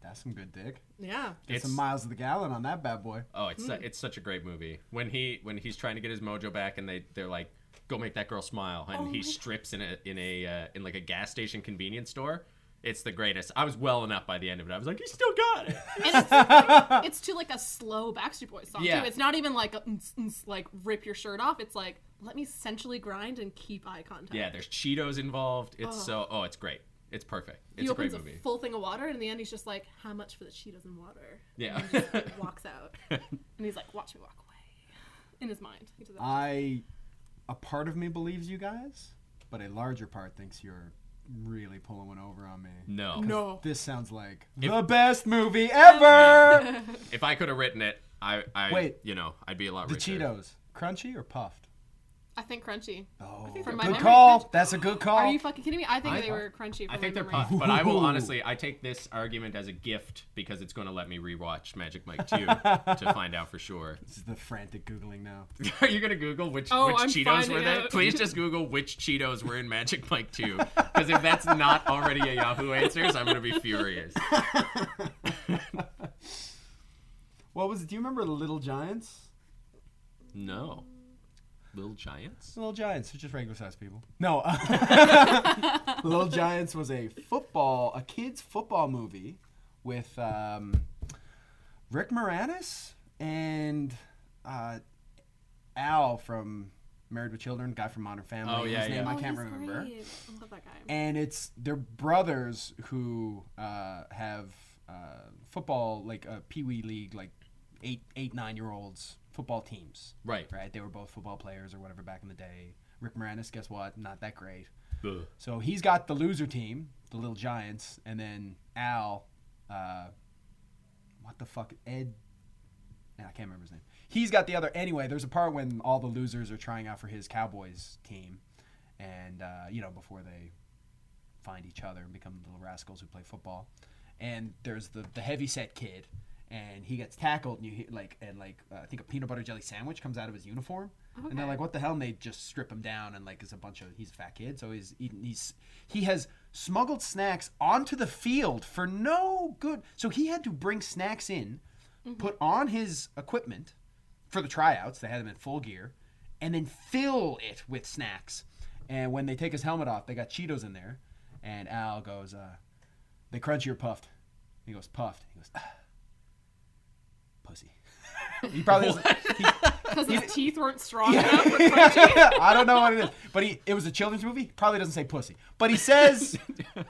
S4: That's some good dick.
S6: yeah
S4: Get
S5: It's-
S4: some miles of the gallon on that bad boy.
S5: Oh, it's su- it's such a great movie. When he when he's trying to get his mojo back, and they they're like, "Go make that girl smile," and he strips in a in a uh, in like a gas station convenience store. It's the greatest. I was welling up by the end of it. I was like, "He still got it."
S6: and it's, it's to like a slow backstreet boys song
S5: Yeah.
S6: too it's not even like a, "Mm, mm, like rip your shirt off it's like let me sensually grind and keep eye contact
S5: yeah, there's Cheetos involved. It's so oh, it's great. It's perfect. It's
S6: he
S5: a great
S6: opens a
S5: movie.
S6: full thing of water and in the end he's just like how much for the cheetos and water
S5: yeah,
S6: walks out and he's like watch me walk away in his mind he does that.
S4: I, a part of me believes you guys, but a larger part thinks you're really pulling one over on me.
S5: Oh, no.
S6: no
S4: This sounds like the best movie ever.
S5: If I could have written it, I I
S4: Wait.
S5: you know I'd be a lot
S4: the
S5: richer.
S4: Cheetos, crunchy or puffed?
S6: I think crunchy.
S4: Oh,
S6: From my
S4: good
S6: memory.
S4: call. That's a good call.
S6: Are you fucking kidding me? I think
S5: I-
S6: they were crunchy. From
S5: I think
S6: my
S5: they're
S6: memory.
S5: puffed, but I will honestly, I take this argument as a gift because it's going to let me rewatch Magic Mike 2 to find out for sure.
S4: this is the frantic googling now.
S5: Are you going to Google which,
S6: Oh,
S5: which
S6: I'm
S5: Cheetos
S6: finding
S5: were there?
S6: out.
S5: Please just Google which Cheetos were in Magic Mike 2 because if that's not already a Yahoo Answers, I'm going to be furious.
S4: What was? Do you remember Little Giants?
S5: No. Little Giants?
S4: Little Giants, they're just regular sized people. No, Little Giants was a football, a kids football movie with um, Rick Moranis and uh, Al from Married with Children, guy from Modern Family.
S5: Oh, yeah,
S4: his name
S5: yeah.
S6: Oh,
S4: I can't
S6: he's
S4: remember.
S6: great. I love that guy.
S4: and it's they're brothers who uh, have uh, football like a pee wee league like eight eight nine year olds football teams
S5: Right.
S4: right they were both football players or whatever back in the day rick moranis guess what not that great
S5: Ugh.
S4: so he's got the loser team the little giants and then al uh, what the fuck ed nah, i can't remember his name he's got the other anyway there's a part when all the losers are trying out for his cowboys team and uh, you know before they find each other and become little rascals who play football. And there's the the heavy set kid, and he gets tackled, and you hit like and like uh, I think a peanut butter jelly sandwich comes out of his uniform, and they're
S6: Okay.
S4: like, "What the hell?" And they just strip him down, and like is a bunch of he's a fat kid, so he's eating he's he has smuggled snacks onto the field for no good. So he had to bring snacks in, put on his equipment for the tryouts. They had him in full gear, and then fill it with snacks. And when they take his helmet off, they got Cheetos in there. And Al goes, uh, "They crunchy or puffed?" He goes, "Puffed." He goes, ah, "Pussy." he probably doesn't. he-
S6: Because his teeth weren't strong enough for crunchy.
S4: I don't know what it is, but he it was a children's movie. Probably doesn't say pussy, but he says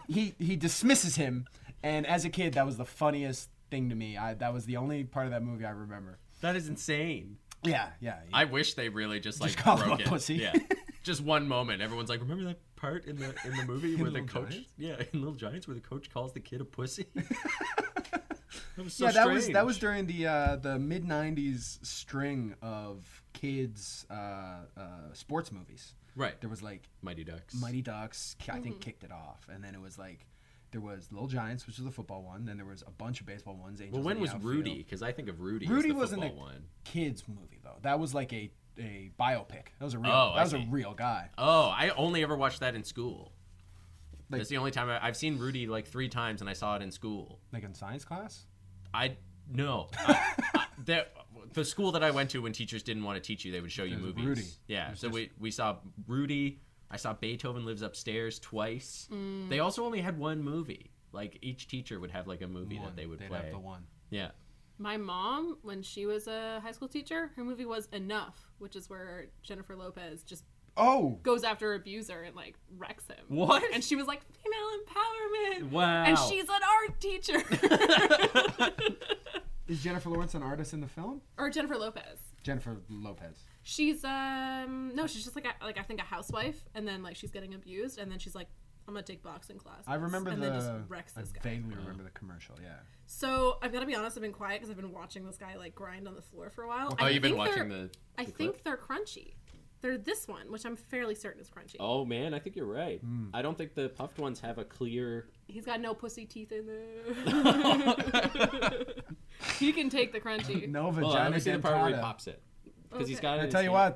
S4: he he dismisses him. And as a kid, that was the funniest thing to me. I, that was the only part of that movie I remember.
S5: That is insane.
S4: Yeah, yeah. yeah.
S5: I wish they really just like
S4: call him
S5: broke
S4: a
S5: it.
S4: pussy.
S5: Yeah. Just one moment. Everyone's like, remember that part in the in the movie where the
S4: Little
S5: coach
S4: Giants?
S5: Yeah, in Little Giants where the coach calls the kid a pussy? that was so
S4: yeah, that
S5: strange.
S4: was that was during the uh, the mid '90s string of kids uh, uh, sports movies.
S5: Right.
S4: There was like
S5: Mighty Ducks.
S4: Mighty Ducks, ki- I think, kicked it off, and then it was like there was Little Giants, which was the football one. Then there was a bunch of baseball ones. Angels
S5: Well, when
S4: in the
S5: was
S4: Outfield.
S5: Rudy? Because I think of Rudy. as
S4: Rudy
S5: the
S4: wasn't a
S5: football one.
S4: kids movie though. That was like a a biopic. That was a real.
S5: Oh,
S4: that
S5: I
S4: was a
S5: see.
S4: real guy.
S5: Oh, I only ever watched that in school.
S4: Like-
S5: That's the only time I, I've seen Rudy like three times, and I saw it in school.
S4: Like in science class.
S5: I no, I, I, the, the school that I went to when teachers didn't want to teach you, they would show you
S4: It was
S5: movies.
S4: Rudy. It
S5: Yeah,
S4: was
S5: so
S4: just-
S5: we we saw Rudy. I saw Beethoven Lives Upstairs twice.
S6: Mm.
S5: They also only had one movie. Like each teacher would have like a movie
S4: One.
S5: that they would
S4: They'd
S5: play.
S4: have the one.
S5: Yeah.
S6: My mom, when she was a high school teacher, her movie was Enough, which is where Jennifer Lopez just
S4: Oh,
S6: goes after an abuser and like wrecks him.
S5: What?
S6: And she was like, female empowerment.
S5: Wow.
S6: And she's an art teacher.
S4: is Jennifer Lawrence an artist in the film?
S6: or Jennifer Lopez.
S4: Jennifer Lopez.
S6: She's um no, she's just like a, like I think a housewife, and then like she's getting abused, and then she's like, I'm gonna take boxing class.
S4: I remember
S6: and
S4: the.
S6: then just wrecks
S4: I
S6: this guy.
S4: vaguely remember the commercial. Yeah.
S6: So I've got to be honest, I've been quiet because I've been watching this guy like grind on the floor for a while.
S5: Oh,
S6: I
S5: you've been
S6: think
S5: watching
S6: they're-
S5: the.
S6: I
S5: the clip?
S6: think they're crunchy. They're this one, which I'm fairly certain is crunchy.
S5: Oh man, I think you're right.
S4: Hmm.
S5: I don't think the puffed ones have a clear.
S6: He's got no pussy teeth in there. he can take the crunchy.
S4: No
S5: Well, oh,
S4: vagina
S5: I only see the part where he
S4: dentata.
S5: pops it because he's
S6: Okay.
S5: got. it
S4: I
S5: in
S4: tell
S5: his
S4: you
S5: hand.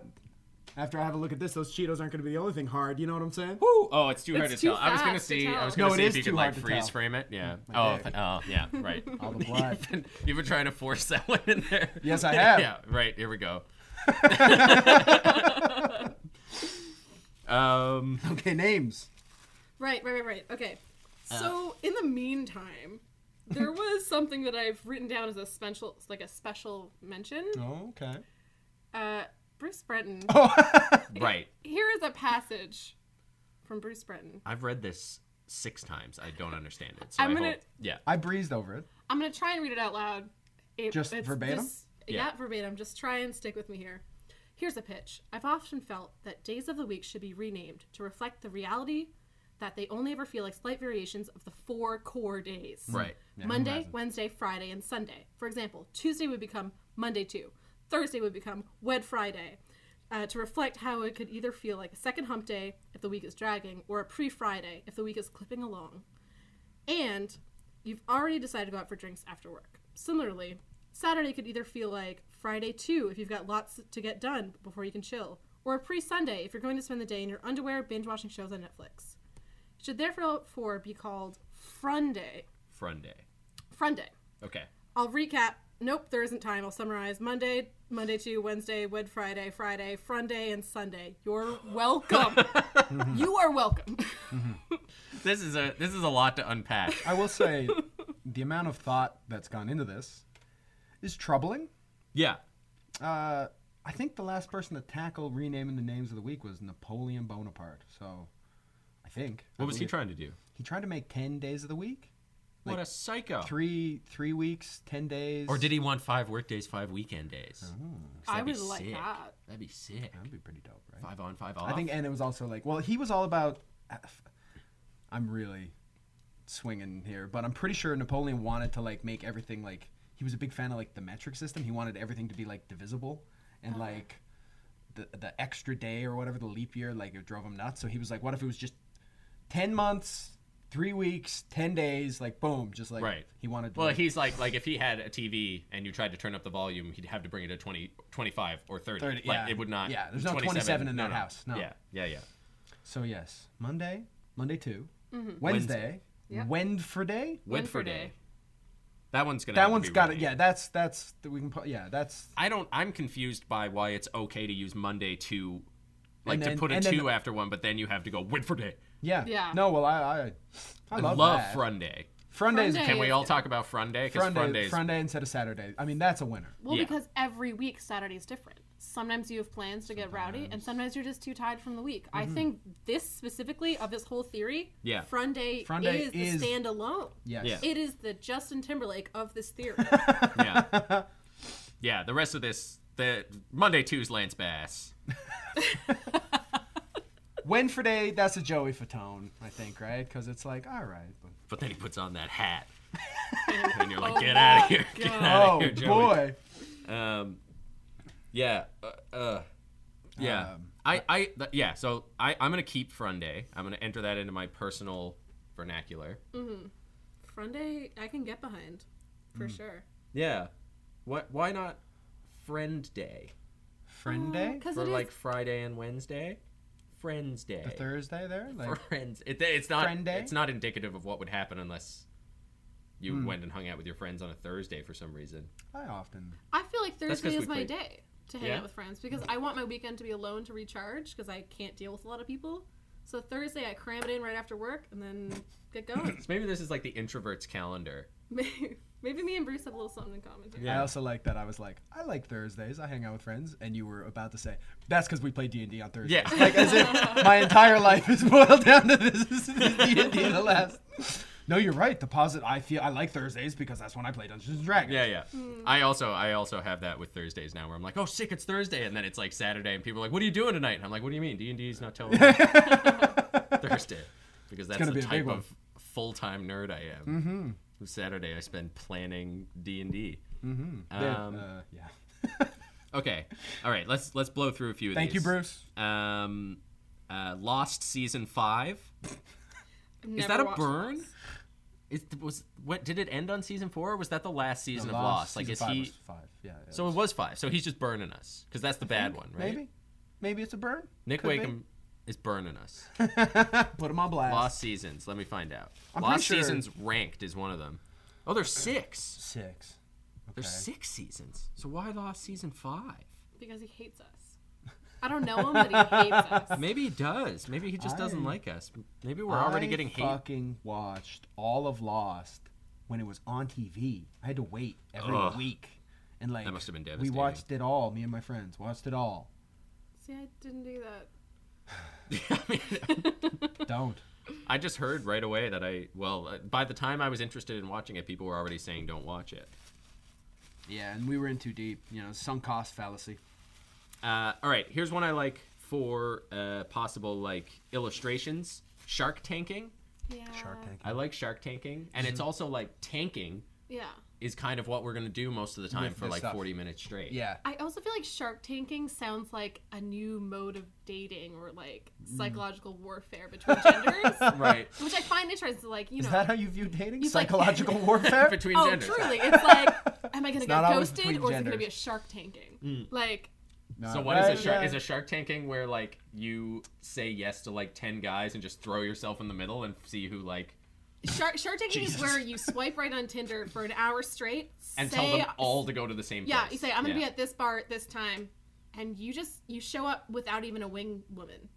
S4: what, after I have a look at this, those Cheetos aren't going to be the only thing hard. You know what I'm saying?
S5: Woo! Oh, it's too hard
S6: It's
S5: to
S6: too
S5: tell. I was gonna
S6: fast to
S5: see. I
S6: tell.
S5: was gonna
S4: No, it
S5: see
S4: is
S5: if you could
S4: too
S5: like
S4: hard to
S5: freeze
S4: tell. Hmm.
S5: frame it. Yeah.
S4: my
S5: Oh,
S4: dick.
S5: th- oh, yeah. Right.
S4: All the blood.
S5: You've been trying to force that one in there.
S4: Yes, I have.
S5: yeah. Right. Here we go. um.
S4: okay, names.
S6: Right, right, right, right. Okay. So in the meantime, there was something that I've written down as a special, like a special mention.
S4: Oh.
S5: Oh,
S4: Okay.
S6: Uh, Bruce Breton.
S5: Right.
S6: Here is a passage from Bruce Breton.
S5: I've read this six times. I don't understand it. So
S6: I'm
S5: I
S6: gonna-
S5: hope- Yeah.
S4: I breezed over it.
S6: I'm gonna try and read it out loud. It-
S4: Just verbatim?
S6: yeah.
S5: Yeah.
S6: verbatim. Just try and stick with me here. Here's a pitch. I've often felt that days of the week should be renamed to reflect the reality that they only ever feel like slight variations of the four core days.
S5: Right.
S4: Yeah, who
S6: Monday,
S4: hasn't?
S6: Wednesday, Friday, and Sunday. For example, Tuesday would become Monday 2. Thursday would become Wed Friday. uh, to reflect how it could either feel like a second hump day if the week is dragging or a pre Friday if the week is clipping along. And you've already decided to go out for drinks after work. Similarly, Saturday could either feel like Friday too if you've got lots to get done before you can chill, or a pre Sunday if you're going to spend the day in your underwear binge watching shows on Netflix. It should therefore be called Frunday.
S5: Friday.
S6: Frunday.
S5: Okay.
S6: I'll recap. Nope, there isn't time. I'll summarize Monday, Monday to Wednesday, Wed Friday, Friday, Friday, and Sunday. You're welcome. you are welcome.
S5: This is a this is a lot to unpack.
S4: I will say the amount of thought that's gone into this is troubling.
S5: Yeah.
S4: Uh, I think the last person to tackle renaming the names of the week was Napoleon Bonaparte. So, I think. I
S5: What was he
S4: believe-
S5: trying to do?
S4: He tried to make ten days of the week,
S5: what a psycho.
S4: three three weeks, ten days.
S5: or did he want five work days, five weekend days?
S4: Oh.
S6: I
S5: That'd be
S6: would like
S5: sick.
S6: that.
S5: That'd be sick.
S4: That'd be pretty dope, right?
S5: Five on, five off.
S4: I think, and it was also like, well, he was all about. I'm really swinging here, but I'm pretty sure Napoleon wanted to like make everything like he was a big fan of like the metric system. He wanted everything to be like divisible and like the the extra day or whatever the leap year like it drove him nuts. So he was like, what if it was just ten months, three weeks, ten days, like boom, just like
S5: Right.
S4: He wanted. To
S5: Well,
S4: make-
S5: he's like like if he had a TV and you tried to turn up the volume, he'd have to bring it to 20, 25 or 30.
S4: 30,
S5: like
S4: yeah.
S5: it would not.
S4: Yeah, there's no 27 in that house, no.
S5: Yeah, yeah, yeah.
S4: So yes, Monday, Monday 2 Wednesday,
S5: Wednesday.
S6: Yeah.
S4: Wednesday.
S5: Winfrey Day. That one's gonna. have
S4: That
S5: to
S4: one's
S5: be
S4: got it.
S5: renamed.
S4: Yeah, that's that's we can. put- Yeah, that's
S5: I don't. I'm confused by why it's okay to use Monday to, like,
S4: then-
S5: to put a
S4: and then-
S5: two after one, but then you have to go Winfrey Day.
S4: Yeah.
S6: Yeah.
S4: No, well, I I, I
S5: I
S4: love,
S5: love,
S4: that.
S5: Friday.
S4: Frondays.
S6: Frondays.
S5: Can we all talk about Friday? Because
S4: Frondays.
S5: Frondays.
S4: Fronday instead of Saturday. I mean, that's a winner.
S6: Well,
S5: Yeah.
S6: because every week Saturday is different. Sometimes you have plans to get rowdy, and sometimes you're just too tired from the week. I think this specifically of this whole theory,
S5: Mm-hmm. Yeah.
S6: Frunday,
S4: Frunday
S6: is,
S4: is-
S6: the standalone.
S4: Yes.
S5: Yeah.
S6: It is the Justin Timberlake of this theory.
S5: yeah. Yeah. The rest of this, the Monday two's Lance Bass.
S4: When for day, that's a Joey Fatone, I think, right? Because it's like, all right. But,
S5: But then he puts on that hat. and you're like, get out of here. Get out
S4: oh
S5: of here, Joey.
S4: boy.
S5: Um, yeah. Uh, uh, yeah.
S4: Um,
S5: I, I, th- yeah. So I, I'm going to keep Fronday. I'm going to enter that into my personal vernacular.
S6: Frunday, I can get behind, for
S5: Mm.
S6: sure.
S5: Yeah. What, why not Friend Day?
S4: Friend day.
S6: Because
S5: For
S6: Uh, it is
S5: like Friday and Wednesday? Friends Day.
S4: The Thursday there, like
S5: friends. It, it's not.
S4: Friend day?
S5: It's not indicative of what would happen unless you
S4: Hmm.
S5: went and hung out with your friends on a Thursday for some reason.
S4: I often.
S6: I feel like
S5: 'cause
S6: Thursday
S5: we
S6: is my
S5: play-
S6: day to hang
S5: Yeah?
S6: out with friends because I want my weekend to be alone to recharge because I can't deal with a lot of people. So Thursday, I cram it in right after work and then get going.
S5: So maybe this is like the introverts calendar.
S6: maybe, maybe me and Bruce have a little something in common. Here.
S4: I also like that I was like, I like Thursdays. I hang out with friends, and you were about to say, that's because we play D and D on Thursdays.
S5: Yeah.
S4: Like as if my entire life is boiled down to this D and D. The last. No, you're right. The positive. I feel I like Thursdays because that's when I play Dungeons and Dragons.
S5: Yeah, yeah.
S6: Hmm.
S5: I also I also have that with Thursdays now, where I'm like, oh, sick, it's Thursday, and then it's like Saturday, and people are like, what are you doing tonight? And I'm like, what do you mean? D and D's not telling me Thursday, because that's
S4: gonna be
S5: the
S4: a big
S5: type
S4: one.
S5: of full time nerd I am. Mm-hmm. Saturday I spend planning D and D.
S4: Yeah, uh, yeah.
S5: um, Okay, all right, let's let's blow through a few. of
S4: Thank you,
S5: these.
S4: Bruce.
S5: Um, uh, Lost season five.
S6: I've
S5: Is
S6: never
S5: that a
S6: watched
S5: burn?
S6: Lost.
S5: Is was what did it end on season four? or Was that the last season of Lost? Like,
S4: season
S5: is
S4: five
S5: he?
S4: was five. Yeah. yeah,
S5: So it was five. So he's just burning us because that's the bad one, right?
S4: maybe, maybe it's a burn.
S5: Nick
S4: Could be.
S5: Wakem is burning us.
S4: Put him on blast.
S5: Lost seasons. Let me find out.
S4: I'm pretty
S5: Lost
S4: sure-
S5: seasons ranked is one of them. Oh, there's six.
S4: Six.
S5: There's six seasons. So why Lost season five?
S6: Because he hates us. I don't know him, but he hates us.
S5: Maybe he does. Maybe he just doesn't
S4: I-
S5: like us. Maybe we're already
S4: I
S5: getting hate.
S4: fucking watched all of Lost when it was on TV. I had to wait every
S5: Ugh.
S4: week, and like
S5: must have been
S4: We
S5: devastating.
S4: watched it all. Me and my friends watched it all.
S6: See, I didn't do that.
S5: I mean,
S4: Don't.
S5: I just heard right away that I well, uh, by the time I was interested in watching it, people were already saying don't watch it.
S4: Yeah, and we were in too deep. You know, sunk cost fallacy.
S5: Uh, all right, here's one I like for uh, possible like illustrations: shark tanking.
S6: Yeah.
S4: Shark Tank. Mm-hmm.
S5: I like shark tanking, and it's also like tanking
S6: Yeah.
S5: is kind of what we're gonna do most of the time
S4: With
S5: for
S4: this
S5: like
S4: stuff.
S5: 40 minutes straight.
S4: Yeah.
S6: I also feel like shark tanking sounds like a new mode of dating or like psychological warfare between genders,
S5: Right.
S6: which I find interesting. Like you
S4: Is
S6: know,
S4: that how you view dating?
S6: He's like-
S4: Psychological warfare?
S5: Between
S6: oh
S5: genders.
S6: truly, it's like, am I gonna get
S4: not always
S6: ghosted or
S4: between
S6: is it gonna
S4: genders.
S6: be a shark tanking? Like,
S5: So what is
S4: Right,
S5: a shark?
S4: yeah.
S5: Is a shark tanking where like you say yes to like 10 guys and just throw yourself in the middle and see who like
S6: Shark, shark tanking is where you swipe right on Tinder for an hour straight.
S5: and
S6: say,
S5: tell them all to go to the same
S6: Yeah,
S5: place.
S6: you say I'm gonna
S5: Yeah.
S6: be at this bar at this time, and you just you show up without even a wing woman.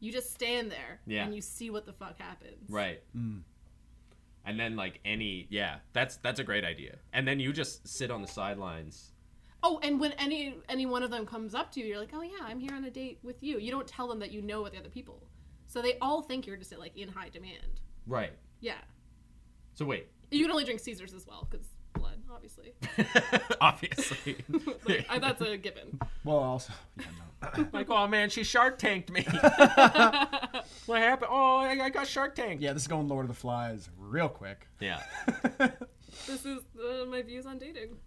S6: You just stand there
S5: Yeah.
S6: and you see what the fuck happens.
S5: Right. And then like any yeah, that's that's a great idea. And then you just sit on the sidelines.
S6: Oh, and when any any one of them comes up to you, you're like, oh yeah, I'm here on a date with you. You don't tell them that you know with the other people, so they all think you're just like in high demand.
S5: Right.
S6: Yeah,
S5: So wait.
S6: you can only drink Caesars as well because blood, obviously.
S5: Obviously.
S6: like, I, that's a given.
S4: Well, also, yeah, no.
S5: like, oh man, she shark tanked me. what happened? Oh, I, I got shark tanked.
S4: yeah, this is going Lord of the Flies real quick.
S5: Yeah.
S6: This is uh, my views on dating.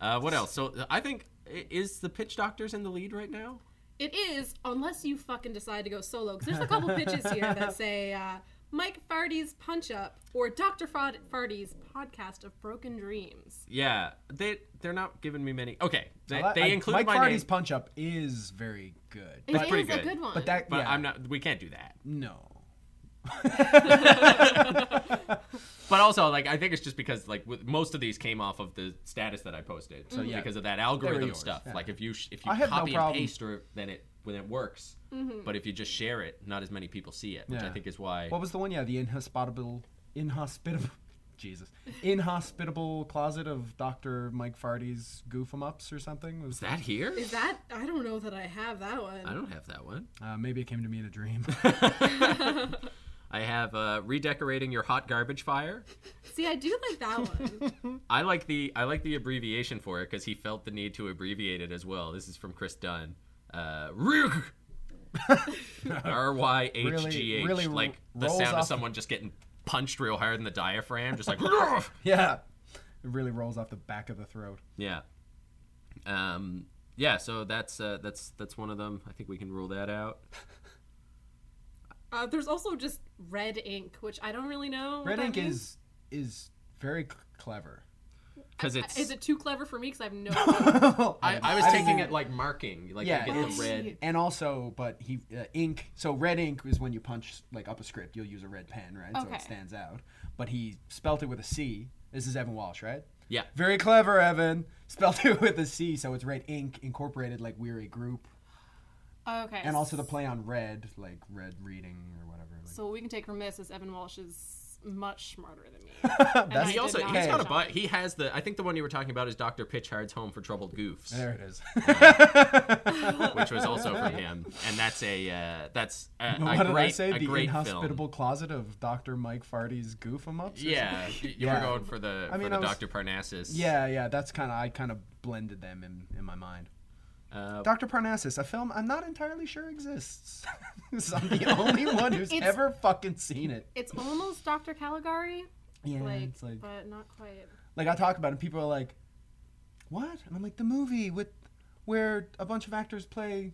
S5: Uh, what else? So I think i- is the pitch doctors in the lead right now?
S6: It is, unless you fucking decide to go solo. Because there's a couple bitches here that say uh, Mike Farty's Punch Up or Dr. Fod- Farty's Podcast of Broken Dreams.
S5: Yeah. They they're not giving me many. Okay. They,
S4: I-
S5: they
S4: I-
S5: include
S4: Mike
S5: my
S4: Farty's
S5: name,
S4: punch up is very good.
S6: It
S4: but-
S6: is
S5: pretty
S6: a
S5: good,
S6: good one.
S4: But that,
S5: but
S4: yeah,
S5: I'm not. We can't do that.
S4: No.
S5: But also, like, I think it's just because like with, most of these came off of the status that I posted, so
S4: yeah.
S5: because of that algorithm
S4: yours,
S5: stuff.
S4: yeah.
S5: Like, if you sh- if you
S4: I have no
S5: copy and
S4: problem.
S5: paste, or then it when it works. But if you just share it, not as many people see it, which I
S4: Yeah.
S5: think is why.
S4: What was the one? Yeah, the inhospitable, inhospitable, Jesus, inhospitable closet of Doctor Mike Farty's goof 'em ups or something. Was
S5: that here?
S6: Is that? I don't know that I have that one.
S5: I don't have that one.
S4: Uh, maybe it came to me in a dream.
S5: I have uh, redecorating your hot garbage fire.
S6: See, I do like that one.
S5: I like the I like the abbreviation for it because he felt the need to abbreviate it as well. This is from Chris Dunn. Uh, R Y H G H,
S4: really
S5: like
S4: ro-
S5: the
S4: rolls
S5: sound of
S4: off-
S5: someone just getting punched real hard in the diaphragm, just like. "Rugh!"
S4: yeah, it really rolls off the back of the throat.
S5: yeah. Um. Yeah. So that's uh, that's that's one of them. I think we can rule that out.
S6: Uh, there's also just Red Ink, which I don't really know. what
S4: Red
S6: that
S4: ink
S6: means.
S4: is is very c- clever.
S5: Because it's
S6: Is it too clever for me? Because I have no. idea.
S5: I, I was
S4: I
S5: taking
S4: didn't-
S5: it like marking, like
S4: Yeah,
S5: you get
S4: it's-
S5: the red.
S4: And also, but he uh, ink. So red ink is when you punch like up a script, you'll use a red pen, right? So
S6: Okay.
S4: it stands out. But he spelt it with a C. This is Evan Walsh, right?
S5: Yeah.
S4: Very clever, Evan. Spelled it with a C, so it's red ink incorporated like we're a group,
S6: okay.
S4: and also the play on red, like red reading or whatever. Like,
S6: So what we can take from this is Evan Walsh is much smarter than me. And I
S5: He
S6: did
S5: also
S6: not
S5: he's got a
S6: catch on.
S5: butt. He has the. I think the one you were talking about is Doctor Pitchhard's Home for Troubled Goofs.
S4: there it is.
S5: which was also from him, and that's a uh, that's a,
S4: what
S5: a
S4: did
S5: great
S4: I say?
S5: a
S4: The
S5: great
S4: inhospitable
S5: film.
S4: closet of Dr. Mike Farty's goof em ups.
S5: Yeah, you were
S4: Yeah.
S5: going for the
S4: mean,
S5: for
S4: I
S5: the
S4: was-
S5: Doctor Parnassus.
S4: Yeah, yeah. That's kind of I kind of blended them in in my mind.
S5: Uh,
S4: Dr. Parnassus, a film I'm not entirely sure exists. 'Cause I'm the only one who's
S6: It's-
S4: ever fucking seen it.
S6: It's almost Dr. Caligari,
S4: Yeah,
S6: like,
S4: it's like
S6: but not quite.
S4: like I talk about it, and people are like, "What?" And I'm like, "The movie with where a bunch of actors play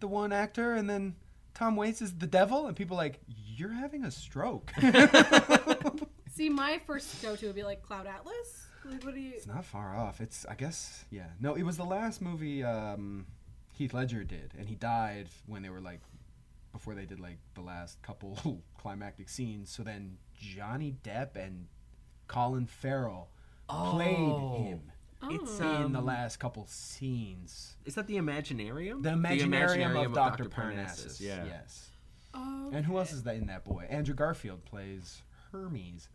S4: the one actor, and then Tom Waits is the devil," and people are like, "You're having a stroke." it's
S6: See, my first go-to would be like Cloud Atlas. Like, what do you?
S4: not far off. It's I guess yeah. No, it was the last movie um, Heath Ledger did, and he died when they were like before they did like the last couple climactic scenes. So then Johnny Depp and Colin Farrell
S5: Oh.
S4: played him.
S5: it's
S4: in the
S5: um,
S4: last couple scenes.
S5: Is that the Imaginarium?
S4: The Imaginarium,
S5: Imaginarium
S4: of, Dr. Parnassus.
S5: Yeah.
S4: Yes.
S6: Oh,
S4: And who else is that in that boy? Andrew Garfield plays Hermes.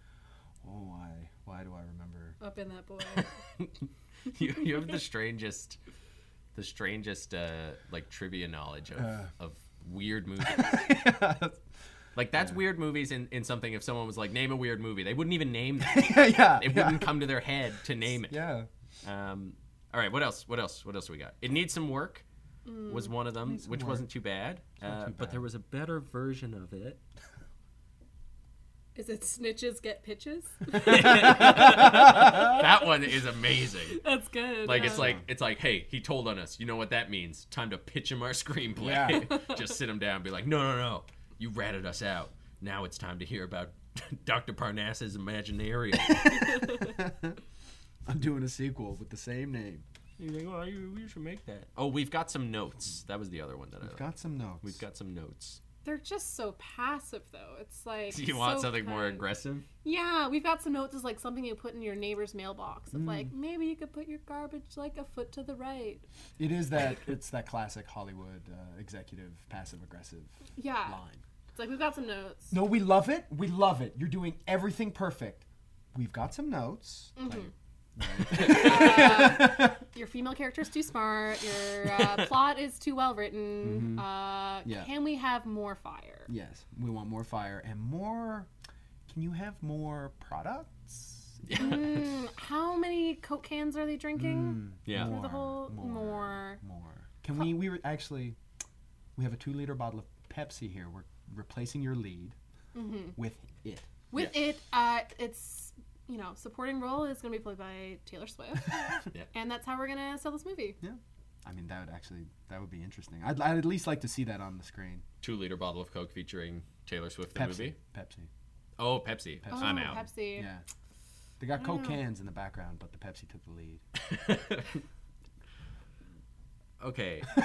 S4: Oh, why? Why do I remember?
S6: up in that boy.
S5: you, you have the strangest, the strangest uh, like trivia knowledge of,
S4: Uh.
S5: of weird movies. Like that's weird movies in, in something. If someone was like, name a weird movie, they wouldn't even name that.
S4: yeah, yeah.
S5: It
S4: yeah.
S5: wouldn't come to their head to name it.
S4: yeah.
S5: Um, all right, what else? What else? What else we got? It needs some work.
S6: Mm,
S5: Was one of them, which wasn't too bad, uh,
S4: too
S5: but
S4: bad.
S5: there was a better version of it.
S6: Is it snitches get pitches?
S5: That one is amazing.
S6: That's good.
S5: Like
S6: yeah.
S5: it's like it's like, hey, he told on us. You know what that means? Time to pitch him our screenplay. Just sit him down, and be like, no, no, no, you ratted us out. Now it's time to hear about Dr. Parnassus Imaginarium.
S4: I'm doing a sequel with the same name.
S5: you think, well, you, you should make that. Oh, we've got some notes. That was the other one that I liked.
S4: Got some notes.
S5: We've got some notes.
S6: they're just so passive though. It's like
S5: Do you want
S6: so
S5: something more
S6: kind.
S5: aggressive?
S6: Yeah, we've got some notes as like something you put in your neighbor's mailbox.
S4: Mm.
S6: Of like maybe you could put your garbage like a foot to the right.
S4: It is that. It's that classic Hollywood uh, executive passive aggressive
S6: Yeah,
S4: line.
S6: it's like we've got some notes.
S4: No, we love it. We love it. You're doing everything perfect. We've got some notes. Like,
S6: Your female character is too smart. Your uh, plot is too well written. Uh,
S4: Mm-hmm. Yeah.
S6: Can we have more fire?
S4: yes, we want more fire and more. Can you have more products?
S6: Mm, how many Coke cans are they drinking?
S5: Yeah.
S6: Through the whole
S4: more,
S6: more.
S4: More. Can we? We were actually. We have a two-liter bottle of Pepsi here. We're replacing your lead with it.
S6: With it, uh, it's you know supporting role is going to be played by Taylor Swift,
S5: Yeah.
S6: and that's how we're going to sell this movie.
S4: Yeah. I mean, that would actually that would be interesting. I'd, I'd at least like to see that on the screen.
S5: Two liter bottle of Coke featuring Taylor Swift, the
S4: Pepsi.
S5: movie.
S4: Pepsi.
S5: Oh, Pepsi.
S6: Oh,
S5: I'm out.
S6: Pepsi.
S4: Yeah. They got
S6: Mm.
S4: Coke cans in the background, but the Pepsi took the lead.
S5: Okay.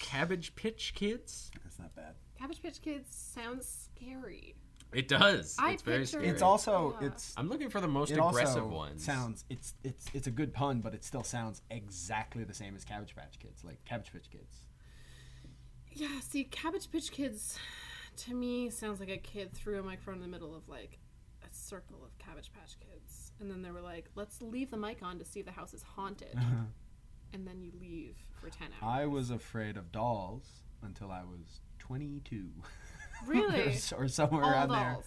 S5: Cabbage Pitch Kids?
S4: That's not bad.
S6: Cabbage Pitch Kids sounds scary.
S5: It does.
S6: I
S5: it's very
S6: picture-
S5: scary.
S4: It's also
S6: Yeah.
S4: it's
S5: I'm looking for the most
S4: it
S5: aggressive
S4: also
S5: ones.
S4: sounds it's it's it's a good pun, but it still sounds exactly the same as Cabbage Patch Kids, like Cabbage Patch Kids.
S6: Yeah, see, Cabbage Pitch Kids to me sounds like a kid threw a microphone in the middle of like a circle of Cabbage Patch Kids, and then they were like, "Let's leave the mic on to see if the house is haunted," and then you leave for ten hours.
S4: I was afraid of dolls until I was 22
S6: Really,
S4: or somewhere
S6: all
S4: around there.
S6: dolls.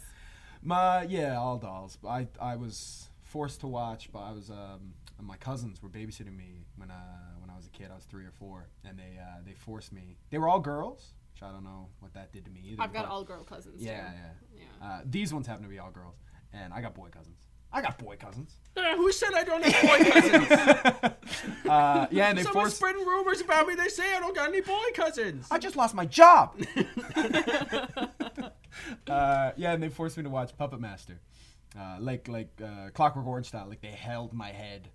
S4: My yeah, all dolls. But I I was forced to watch, but I was um my cousins were babysitting me when uh when I was a kid. I was three or four, and they uh, they forced me. They were all girls, which I don't know what that did to me either.
S6: I've got
S4: but-
S6: all girl cousins. too.
S4: Yeah, yeah.
S6: Yeah.
S4: Uh, these ones happen to be all girls, and I got boy cousins. I got boy cousins.
S5: Uh, who said I don't have boy cousins?
S4: Uh, yeah, and they
S5: Someone's
S4: forced.
S5: spreading rumors about me. They say I don't got any boy cousins.
S4: I just lost my job. uh, yeah, and they forced me to watch Puppet Master, uh, like like uh, Clockwork Orange style. Like they held my head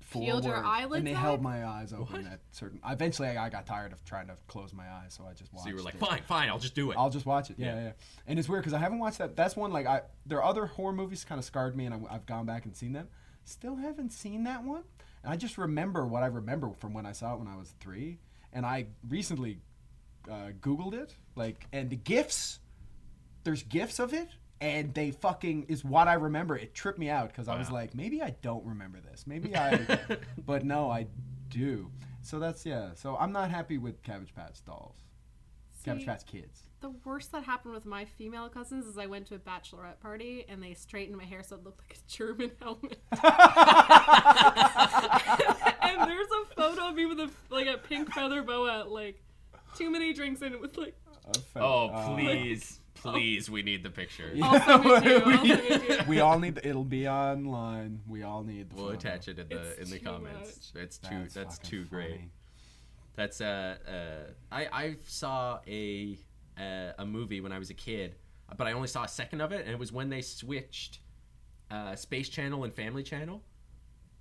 S4: forward,
S6: Peeled your eyelids
S4: and they
S6: up?
S4: held my eyes open at certain. Eventually, I, I got tired of trying to close my eyes, so I just watched.
S5: So you were like,
S4: it.
S5: fine, fine, I'll just do it.
S4: I'll just watch it. Yeah, yeah. And it's weird because I haven't watched that. That's one like I. There are other horror movies kind of scarred me, and I, I've gone back and seen them. Still haven't seen that one. And I just remember what I remember from when I saw it when I was three. And I recently uh, Googled it, like, and the gifs. There's gifs of it, and they fucking is what I remember. It tripped me out because I was like, maybe I don't remember this. Maybe I, but no, I do. So that's yeah. So I'm not happy with Cabbage Patch dolls, Cabbage
S6: See,
S4: Patch kids.
S6: The worst that happened with my female cousins is I went to a bachelorette party and they straightened my hair so it looked like a German helmet. and there's a photo of me with a like a pink feather boa, like too many drinks in it with like.
S5: oh, please, please, we need the picture.
S4: uh, Yeah.
S6: I'll send it to you. I'll send it to you.
S4: we all need. It'll be online. We all need. The
S5: We'll
S4: photo.
S5: attach it in the
S6: It's
S5: in the
S6: too
S5: comments. It's too
S4: That's
S5: that's
S4: fucking
S5: too great.
S4: funny.
S5: That's uh, uh I I saw a uh, a movie when I was a kid, but I only saw a second of it, and it was when they switched uh, Space Channel and Family Channel.